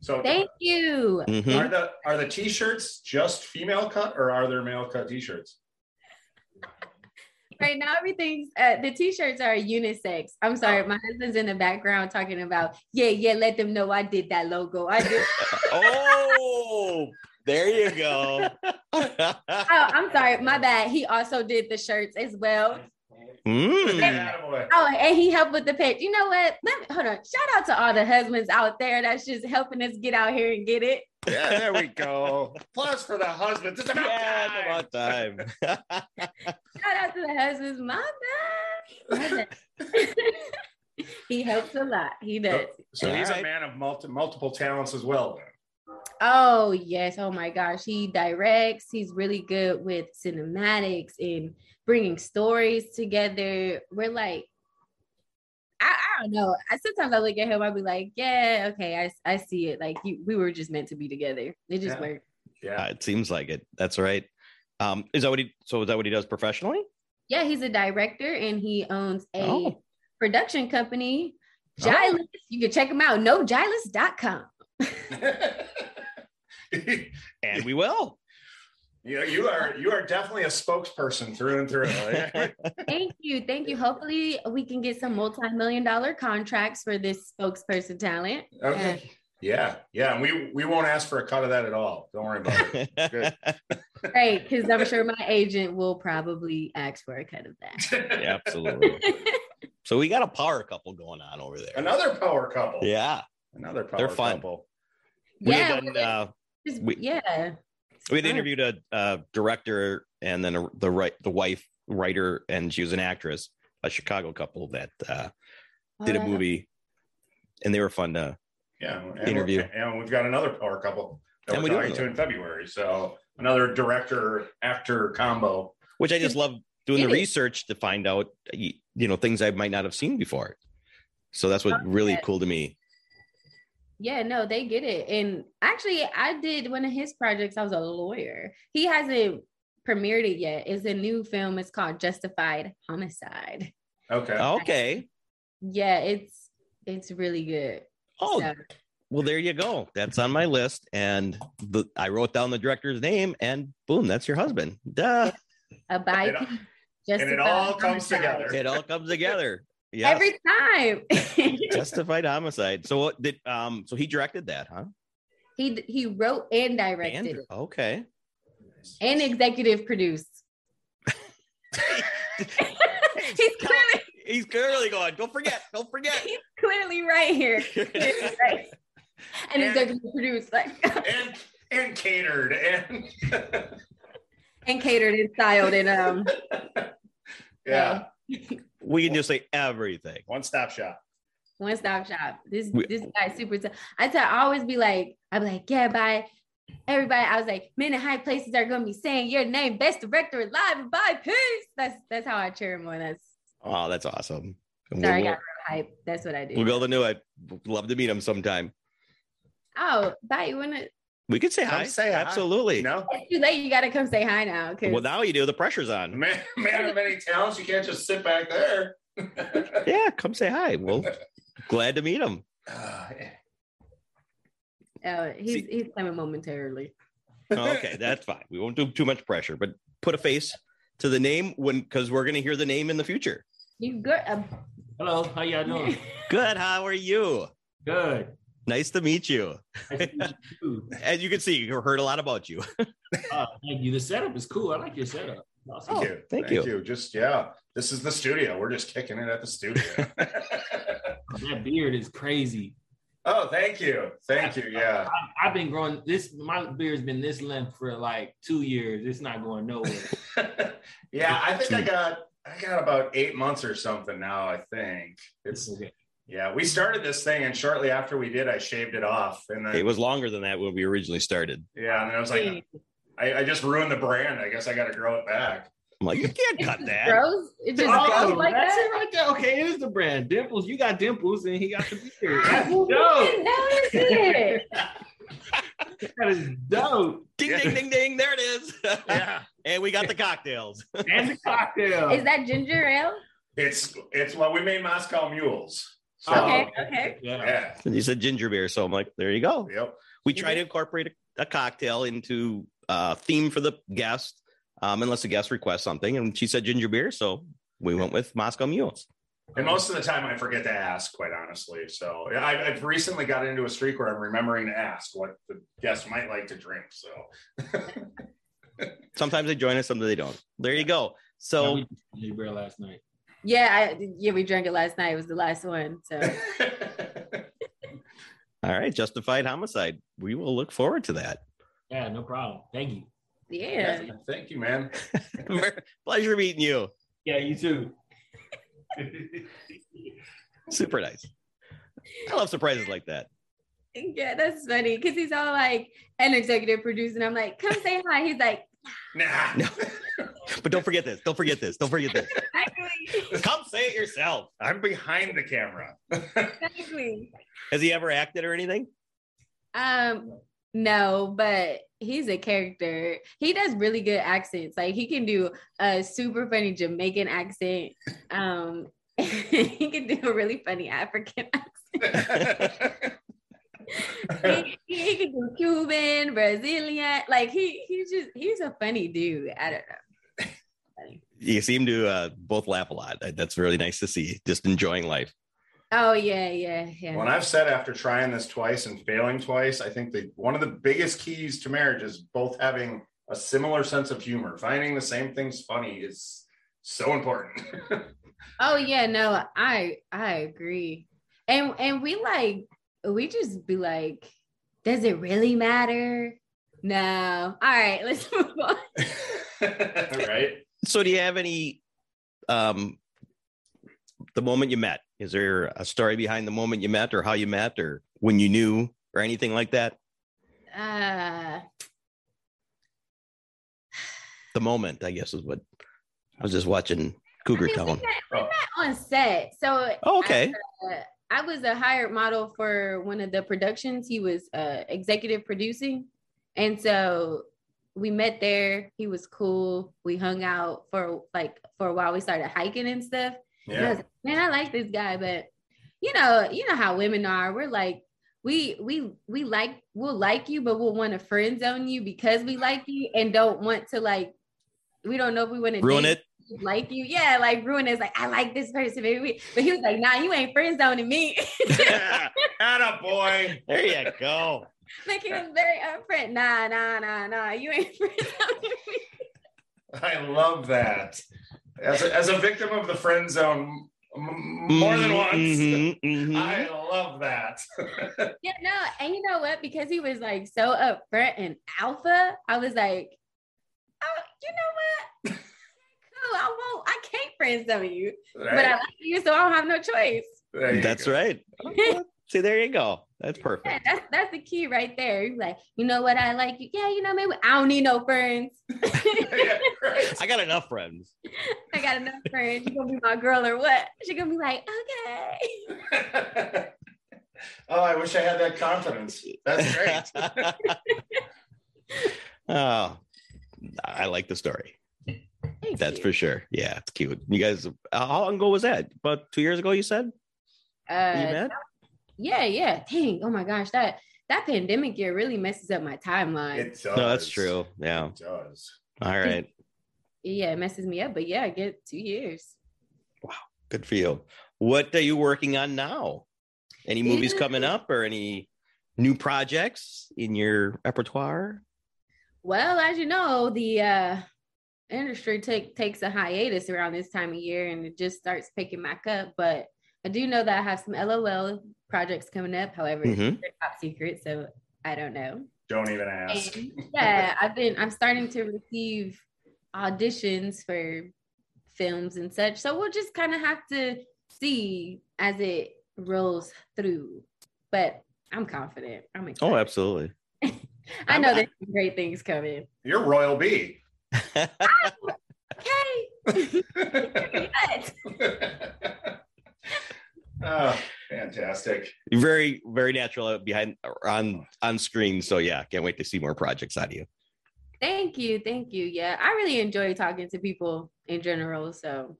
S3: So
S5: Thank you.
S4: Mhm.
S3: are the are the t-shirts just female cut or are there male cut t-shirts?
S5: Right now, everything's uh, the t-shirts are unisex. I'm sorry, my husband's in the background talking about yeah, yeah. Let them know I did that logo. I did.
S4: [LAUGHS]
S5: [LAUGHS]
S4: Oh, there you [LAUGHS] go.
S5: oh, I'm sorry, my bad. He also did the shirts as well.
S4: Mm.
S3: Attaboy.
S5: Oh, and he helped with the pitch. You know what? Let me hold on. Shout out to all the husbands out there that's just helping us get out here and get it.
S3: Yeah, there we go. Plus for the husband. It's about
S4: Yeah,
S3: time.
S4: it's about time. [LAUGHS]
S5: Shout out to the husbands. My bad. My bad. [LAUGHS] he helps a lot. He does.
S3: So he's
S4: Alright.
S3: a man of multi- multiple talents as well. Then.
S5: Oh, yes. Oh my gosh. He directs. He's really good with cinematics and bringing stories together. We're like, I, I don't know. I sometimes I look at him, I'll be like, yeah, okay, I, I see it. Like you, we were just meant to be together. It just
S3: Yeah.
S5: worked.
S3: Yeah.
S4: Uh, it seems like it. That's right. Um, is that what he? So is that what he does professionally?
S5: Yeah, he's a director and he owns a
S4: Oh.
S5: production company,
S4: Oh.
S5: Gilus. You can check him out, nogilus.com.
S3: [LAUGHS]
S4: And we will. [LAUGHS]
S3: you, you are you are definitely a spokesperson through and
S4: [LAUGHS]
S3: through.
S5: Thank you. Thank you. Hopefully, we can get some multi million dollar contracts for this spokesperson talent.
S3: okay. Yeah. Yeah. And we we won't ask for a cut of that at all. Don't worry about it. [LAUGHS] Good.
S5: Right, because I'm sure my agent will probably ask for a cut of that.
S4: Yeah, absolutely. So we got a power couple going on over there.
S3: Another power couple.
S4: Yeah,
S3: Another power
S4: they're fun.
S3: couple.
S4: We
S5: yeah,
S4: had done, uh,
S5: just-
S4: we-
S5: yeah.
S4: we had
S5: Fun.
S4: interviewed a, uh director and then a, the right the wife writer and she was an actress a chicago couple that uh, did
S5: Oh,
S4: a movie and they were fun to
S3: Yeah, and
S4: Interview.
S3: we're- And we've got another power couple that
S4: And
S3: we're
S4: we do
S3: talking to in February. So another director actor combo.
S4: which i
S5: [LAUGHS]
S4: just love doing the
S5: It is.
S4: research to find out you, you know things i might not have seen before so that's what
S5: Oh,
S4: really
S5: yeah.
S4: cool to me
S5: Yeah, no, they get it. And actually, I did one of his projects. I was a lawyer. He hasn't premiered it yet. It's a new film. It's called Justified Homicide.
S3: Okay.
S4: Oh. okay
S5: Yeah, it's it's really good.
S4: oh
S5: So,
S4: well there you go that's on my list and the, i wrote down the director's name and boom that's your husband
S5: [LAUGHS]
S4: Duh.
S5: a
S3: It-
S5: biped.
S3: and it all comes together.
S4: it all comes together yeah
S5: every time. [LAUGHS]
S4: justified homicide so what did um so he directed that huh
S5: he he wrote and directed
S4: Andrew.
S5: it
S4: okay
S5: and executive [LAUGHS] produced. he's clearly
S4: He's clearly going. Don't forget. Don't
S5: [LAUGHS]
S4: forget. [LAUGHS]
S5: he's clearly right here. Clearly right. And
S3: And-
S5: executive produced like [LAUGHS]
S3: And and catered and
S5: and catered and styled and um
S3: yeah,
S4: we can just say everything.
S3: one stop shop.
S5: one stop shop. This
S4: We-
S5: this guy super. t- I tell I always be like I be like yeah bye. Everybody, I was like, men in high places are gonna be saying your name, best director alive, and bye, peace. That's that's how I cheer him on. That's
S4: Oh, that's awesome. And
S5: Sorry, I
S4: we'll,
S5: got real hype. That's what I do.
S4: we'll go to New. I'd love to meet him sometime.
S5: oh, thought you wanna.
S4: We could say
S3: Come
S4: hi.
S3: say hi.
S4: absolutely.
S3: No,
S5: It's too late. You gotta come say hi now. 'cause-
S4: Well, now you do. The pressure's
S3: [LAUGHS]
S4: on.
S3: man, man of many talents, you can't just sit back there.
S4: Yeah, come say
S3: [LAUGHS]
S4: hi. Well, glad to meet him.
S3: Ah,
S5: oh, he's
S4: See-
S5: he's coming momentarily.
S4: Okay, that's fine. We won't do too much pressure, but put a face to the name when because we're gonna hear the name in the future.
S5: You good? Uh,
S6: Hello, how
S5: [LAUGHS]
S6: y'all doing?
S4: Good. How are you?
S6: Good.
S4: Nice to meet you.
S6: Nice to meet you.
S4: As you can see, you heard a lot about you.
S6: Uh, thank you. The setup is cool. I like your setup. Awesome.
S4: Oh,
S3: Thank you.
S4: thank
S3: Thank
S4: you.
S3: you. Just yeah, this is the studio. We're just kicking it at the
S4: [LAUGHS]
S3: studio. [LAUGHS]
S6: That beard is crazy.
S3: oh, thank you. Thank you. Yeah. [LAUGHS]
S6: I, I've been growing this. My beard's been this length for like two years. It's not going [LAUGHS] nowhere.
S3: yeah, I think I got I got about eight months or something now, I think.
S6: It's
S3: It's
S6: okay.
S3: yeah, we started this thing and shortly after we did, I shaved it off. And then
S4: It was longer than that when we originally started.
S3: yeah, and then I was like, I, I just ruined the brand. I guess I gotta grow it back.
S4: I'm like, you can't
S5: It
S4: cut
S5: just
S4: that.
S5: grows. It just
S6: Oh,
S5: grows like
S6: that's
S5: that.
S6: it right there. Okay, it is the brand. Dimples. You got dimples, and he got the beard. [LAUGHS] That's
S5: You
S6: dope.
S5: didn't notice
S6: Oh.
S5: it.
S6: [LAUGHS] That is dope.
S4: [LAUGHS] Ding,
S3: Yeah.
S4: ding, ding, ding. There it is.
S3: Yeah.
S4: [LAUGHS] and we got the cocktails.
S6: And the cocktail.
S5: Is that ginger ale?
S3: It's it's well, we made Moscow mules. So
S5: Okay, okay.
S6: Oh. Yeah.
S3: yeah.
S4: And you said ginger beer. So I'm like, there you go.
S3: Yep.
S4: We try to incorporate a, a cocktail into uh, theme for the guest, um, unless the guest requests something. And she said ginger beer. So we went with Moscow Mules.
S3: And most of the time, I forget to ask, quite honestly. So yeah, I, I've recently got into a streak where I'm remembering to ask what the guest might like to drink. So [LAUGHS]
S4: Sometimes they join us, sometimes they don't. There you go.
S6: So
S4: So
S6: we ginger beer last night.
S5: Yeah, I, yeah, we drank it last night. It was the last one.
S6: [LAUGHS]
S5: So
S4: all right, justified homicide. We will look forward to that. [LAUGHS]
S6: Yeah, no problem. Thank you.
S5: yeah.
S3: Yeah, thank you, man. [LAUGHS]
S4: Pleasure meeting you.
S6: Yeah, you too.
S4: Super nice. I love surprises like that.
S5: Yeah, that's funny because he's all like an executive producer, and I'm like, "Come say hi." He's like,
S3: Nah. [LAUGHS]
S4: No. But don't forget this. Don't forget this. Don't forget this.
S5: "Exactly,
S4: Come say it yourself.
S3: I'm behind the camera. [LAUGHS]
S5: exactly."
S4: Has he ever acted or anything?
S5: Um, no, but he's a character. He does really good accents. Like he can do a super funny Jamaican accent. Um, [LAUGHS] he can do a really funny African accent. he, he can do Cuban, Brazilian. Like he, he just he's a funny dude. I don't know.
S4: You seem to uh, both laugh a lot. Uh, That's really nice to see. Just enjoying life.
S5: Oh yeah, yeah, yeah.
S3: when I've said after trying this twice and failing twice, I think that one of the biggest keys to marriage is both having a similar sense of humor. Finding the same things funny is so important. [LAUGHS]
S5: Oh yeah, no, I I agree. And and we like we just be like, does it really matter? No. All right, [LAUGHS] let's move on.
S3: right?
S4: So, do you have any? Um, the moment you met, is there a story behind the moment you met, or how you met, or when you knew, or anything like that?
S5: Uh
S4: The moment, I guess, is what I was just watching Cougar
S5: I mean,
S4: Town.
S5: we met, we met on set. So
S4: Oh, okay,
S5: I was a hired model for one of the productions. He was uh, executive producing. And so we met there. He was cool. We hung out for like for a while. We started hiking and stuff. And I
S3: Yeah.
S5: was like, man, I like this guy, but you know, you know how women are. We're like, we we we like we'll like you, but we'll want to friend zone you because we like you and don't want to like we don't know if we want to
S4: ruin
S5: [LAUGHS]
S4: it. [LAUGHS]
S5: like you. Yeah, like ruin is like, I like this person, maybe we, but he was like, nah, you ain't friend zoning me. [LAUGHS]
S3: Atta boy.
S4: There you go.
S5: like he was very upfront. Nah, nah, nah, nah, you ain't [LAUGHS] friend zoning me.
S3: I love that. As a, as a victim of the friend zone m- m- more than once,
S4: Mhm, mhm.
S3: I love that.
S5: Yeah, no, and you know what? Because he was like so upfront and alpha, I was like, oh, you [LAUGHS] know what? cool, I won't, I can't friend zone you, but I
S3: Right?
S5: like you, so I don't have no choice.
S3: There you
S5: [LAUGHS]
S4: That's
S3: go.
S4: right. See, there you go. That's perfect.
S5: Yeah, that's that's the key right there. You're like, you know what? I like you. Yeah, you know, maybe I don't need no friends.
S3: [LAUGHS] Yeah, right.
S4: I got enough friends.
S5: I got enough friends. She gonna be my girl or what? She gonna be like, okay.
S3: [LAUGHS] oh, I wish I had that confidence. That's great.
S4: [LAUGHS] oh, I like the story.
S5: Thank
S4: That's
S5: you.
S4: for sure. Yeah, it's cute. You guys, uh, how long ago was that? About two years ago, you said? You
S5: Uh,
S4: met?
S5: yeah, yeah. Dang. Oh my gosh, that that pandemic year really messes up my timeline.
S3: It does.
S4: No, that's true. Yeah.
S3: It does.
S4: All right.
S5: yeah, it messes me up. But yeah, I get two years.
S4: Good for you. What are you working on now? Any movies
S5: Yeah.
S4: coming up or any new projects in your repertoire?
S5: Well, as you know, the uh, industry take takes a hiatus around this time of year, and it just starts picking back up. But I do know that I have some LOL projects coming up. However,
S4: Mhm.
S5: they're top secret, so I don't know.
S3: Don't even ask.
S5: And, yeah, I've been I'm starting to receive auditions for films and such. So we'll just kind of have to see as it rolls through. But I'm confident. I'm excited.
S4: Oh, [LAUGHS] absolutely.
S5: I know
S4: I'm-
S5: there's some great things coming.
S3: You're Royal
S5: [LAUGHS]
S3: B. [LAUGHS]
S5: Okay. [LAUGHS] Yes.
S3: oh, fantastic.
S4: very, very natural out behind on on screen. So yeah, can't wait to see more projects out of you.
S5: Thank you. Thank you. Yeah. I really enjoy talking to people in general. So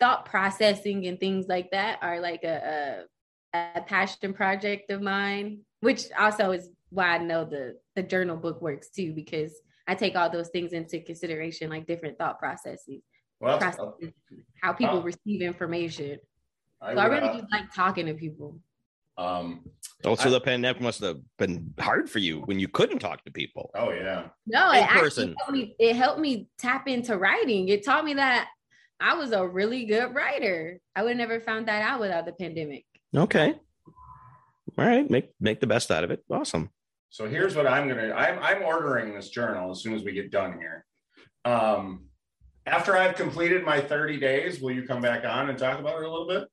S5: thought processing and things like that are like a, a, a passion project of mine, which also is why I know the, the journal book works too, because I take all those things into consideration, like different thought processes,
S3: Well,
S5: processes how people
S3: Oh.
S5: receive information.
S3: I, uh,
S5: So I
S3: would,
S5: really do like talking to people.
S3: uh, um,
S4: Oh, so
S3: I-
S4: the pandemic must have been hard for you when you couldn't talk to people.
S3: oh yeah.
S5: No,
S4: in
S5: it actually
S4: person.
S5: helped me, it helped me tap into writing. It taught me that I was a really good writer. I would have never found that out without the pandemic.
S4: Okay. All right. Make make the best out of it. Awesome.
S3: So here's what I'm gonna. I'm I'm ordering this journal as soon as we get done here. Um, after I've completed my 30 days, will you come back on and talk about it a little bit?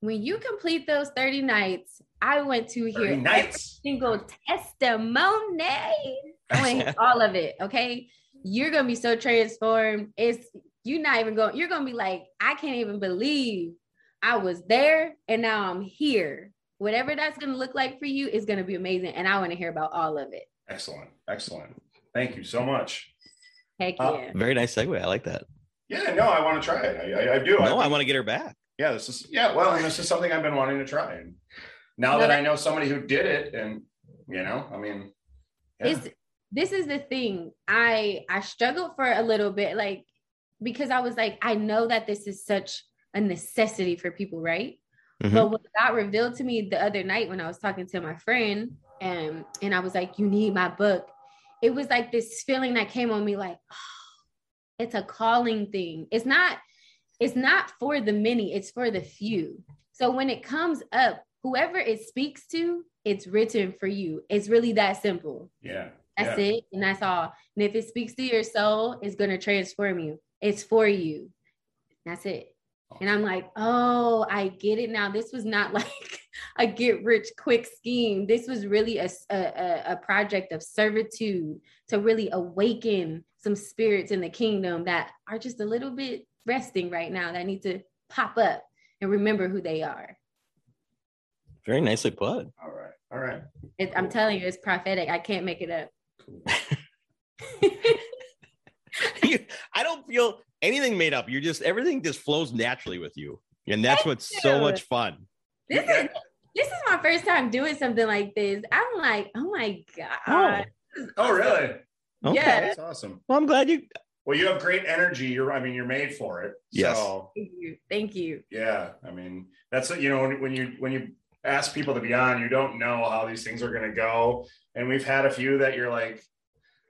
S5: When you complete those 30 nights, I want to
S3: 30
S5: hear every
S3: nights.
S5: single
S4: [LAUGHS]
S5: testimony. I want to hear
S4: Excellent.
S5: all of it. Okay. You're gonna be so transformed. It's you're not even going, you're gonna be like, I can't even believe I was there and now I'm here. Whatever that's gonna look like for you is gonna be amazing. And I want to hear about all of it.
S3: Excellent. Excellent. Thank you so much.
S5: Heck
S3: Uh,
S5: yeah.
S4: Very nice segue. I like that.
S3: Yeah, no, I want to try it. I, I, I do.
S4: No,
S3: I,
S4: I want to get her back.
S3: yeah, this is yeah. Well, and this is something I've been wanting to try. And now
S5: No,
S3: that
S5: that-
S3: I know somebody who did it, and you know, I mean, yeah.
S5: It's this is the thing. I I struggled for a little bit, like because I was like, I know that this is such a necessity for people, right?
S4: Mhm.
S5: But what God revealed to me the other night when I was talking to my friend, and and I was like, "You need my book." It was like this feeling that came on me, like, "Oh, it's a calling thing it's not it's not for the many it's for the few so when it comes up whoever it speaks to it's written for you it's really that simple
S3: yeah,
S5: that's it and that's all and if it speaks to your soul it's going to transform you it's for you that's it and i'm like oh i get it now this was not [LAUGHS] like a get rich quick scheme this was really a, s- a- a- a project of servitude to really awaken some spirits in the kingdom that are just a little bit resting right now that need to pop up and remember who they are
S4: Very nicely put. [LAUGHS]
S3: All right, all right.
S5: It- i'm telling you it's prophetic i can't make it up
S3: Cool.
S5: [LAUGHS]
S4: You- I don't feel anything made up. You're just everything just flows naturally with you, and that's what's so
S5: you.
S4: much fun.
S5: this is this is my first time doing something like this. I'm like, oh my god.
S3: Oh, really?
S4: Okay.
S5: Yeah.
S3: That's awesome.
S4: Well, I'm glad you.
S3: Well, you have great energy. You're, I mean, you're made for it.
S4: Yes.
S3: So,
S5: Thank you. Thank you.
S3: yeah, I mean, that's it. You know, when, when you when you ask people to be on, you don't know how these things are going to go. And we've had a few that you're like,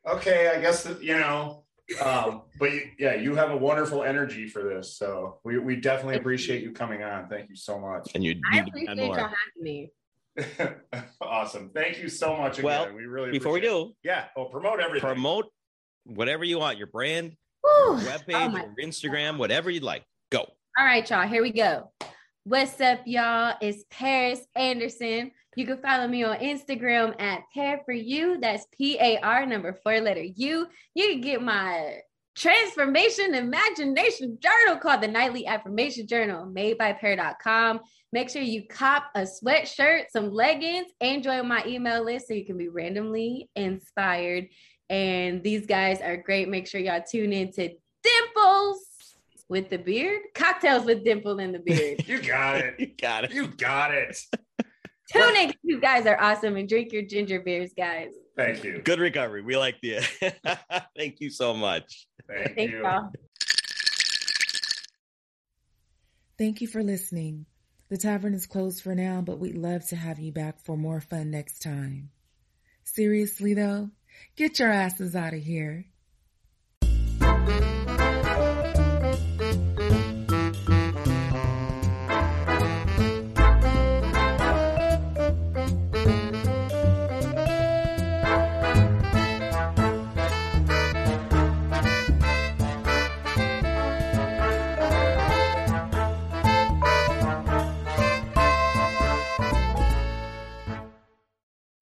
S3: okay, I guess that you know. Um, but you, yeah, you have a wonderful energy for this. So we we definitely appreciate you coming on. Thank you so much. [LAUGHS]
S4: And you.
S5: I
S4: you
S5: appreciate
S4: and
S5: y'all
S4: more.
S5: having me.
S3: awesome. Thank you so much. Again.
S4: Well,
S3: we really
S4: Before we
S3: appreciate it.
S4: do,
S3: yeah. Well, promote everything.
S4: promote whatever you want, your brand,
S5: Whew.
S4: your webpage,
S5: Oh my-
S4: your Instagram, whatever you'd like. Go.
S5: All right, y'all. Here we go. What's up, y'all? It's Paris Anderson You can follow me on Instagram at pair for you. That's P A R number four letter U. You can get my transformation imagination journal called the Nightly Affirmation Journal made by pair.com. Make sure you cop a sweatshirt, some leggings, and join my email list so you can be randomly inspired. And these guys are great. Make sure y'all tune in to Dimples with the Beard, Cocktails with Dimple and
S3: [LAUGHS]
S5: the Beard.
S3: You got it.
S4: [LAUGHS] You got it.
S3: You got
S4: [LAUGHS]
S3: it.
S5: tune in. You guys are awesome and drink your ginger beers, guys.
S3: Thank you.
S4: Good recovery. We like the. [LAUGHS] Thank you so much.
S3: Thank,
S5: Thank
S3: you.
S5: y'all.
S2: Thank you for listening. The tavern is closed for now, but we'd love to have you back for more fun next time. Seriously, though, get your asses out of here.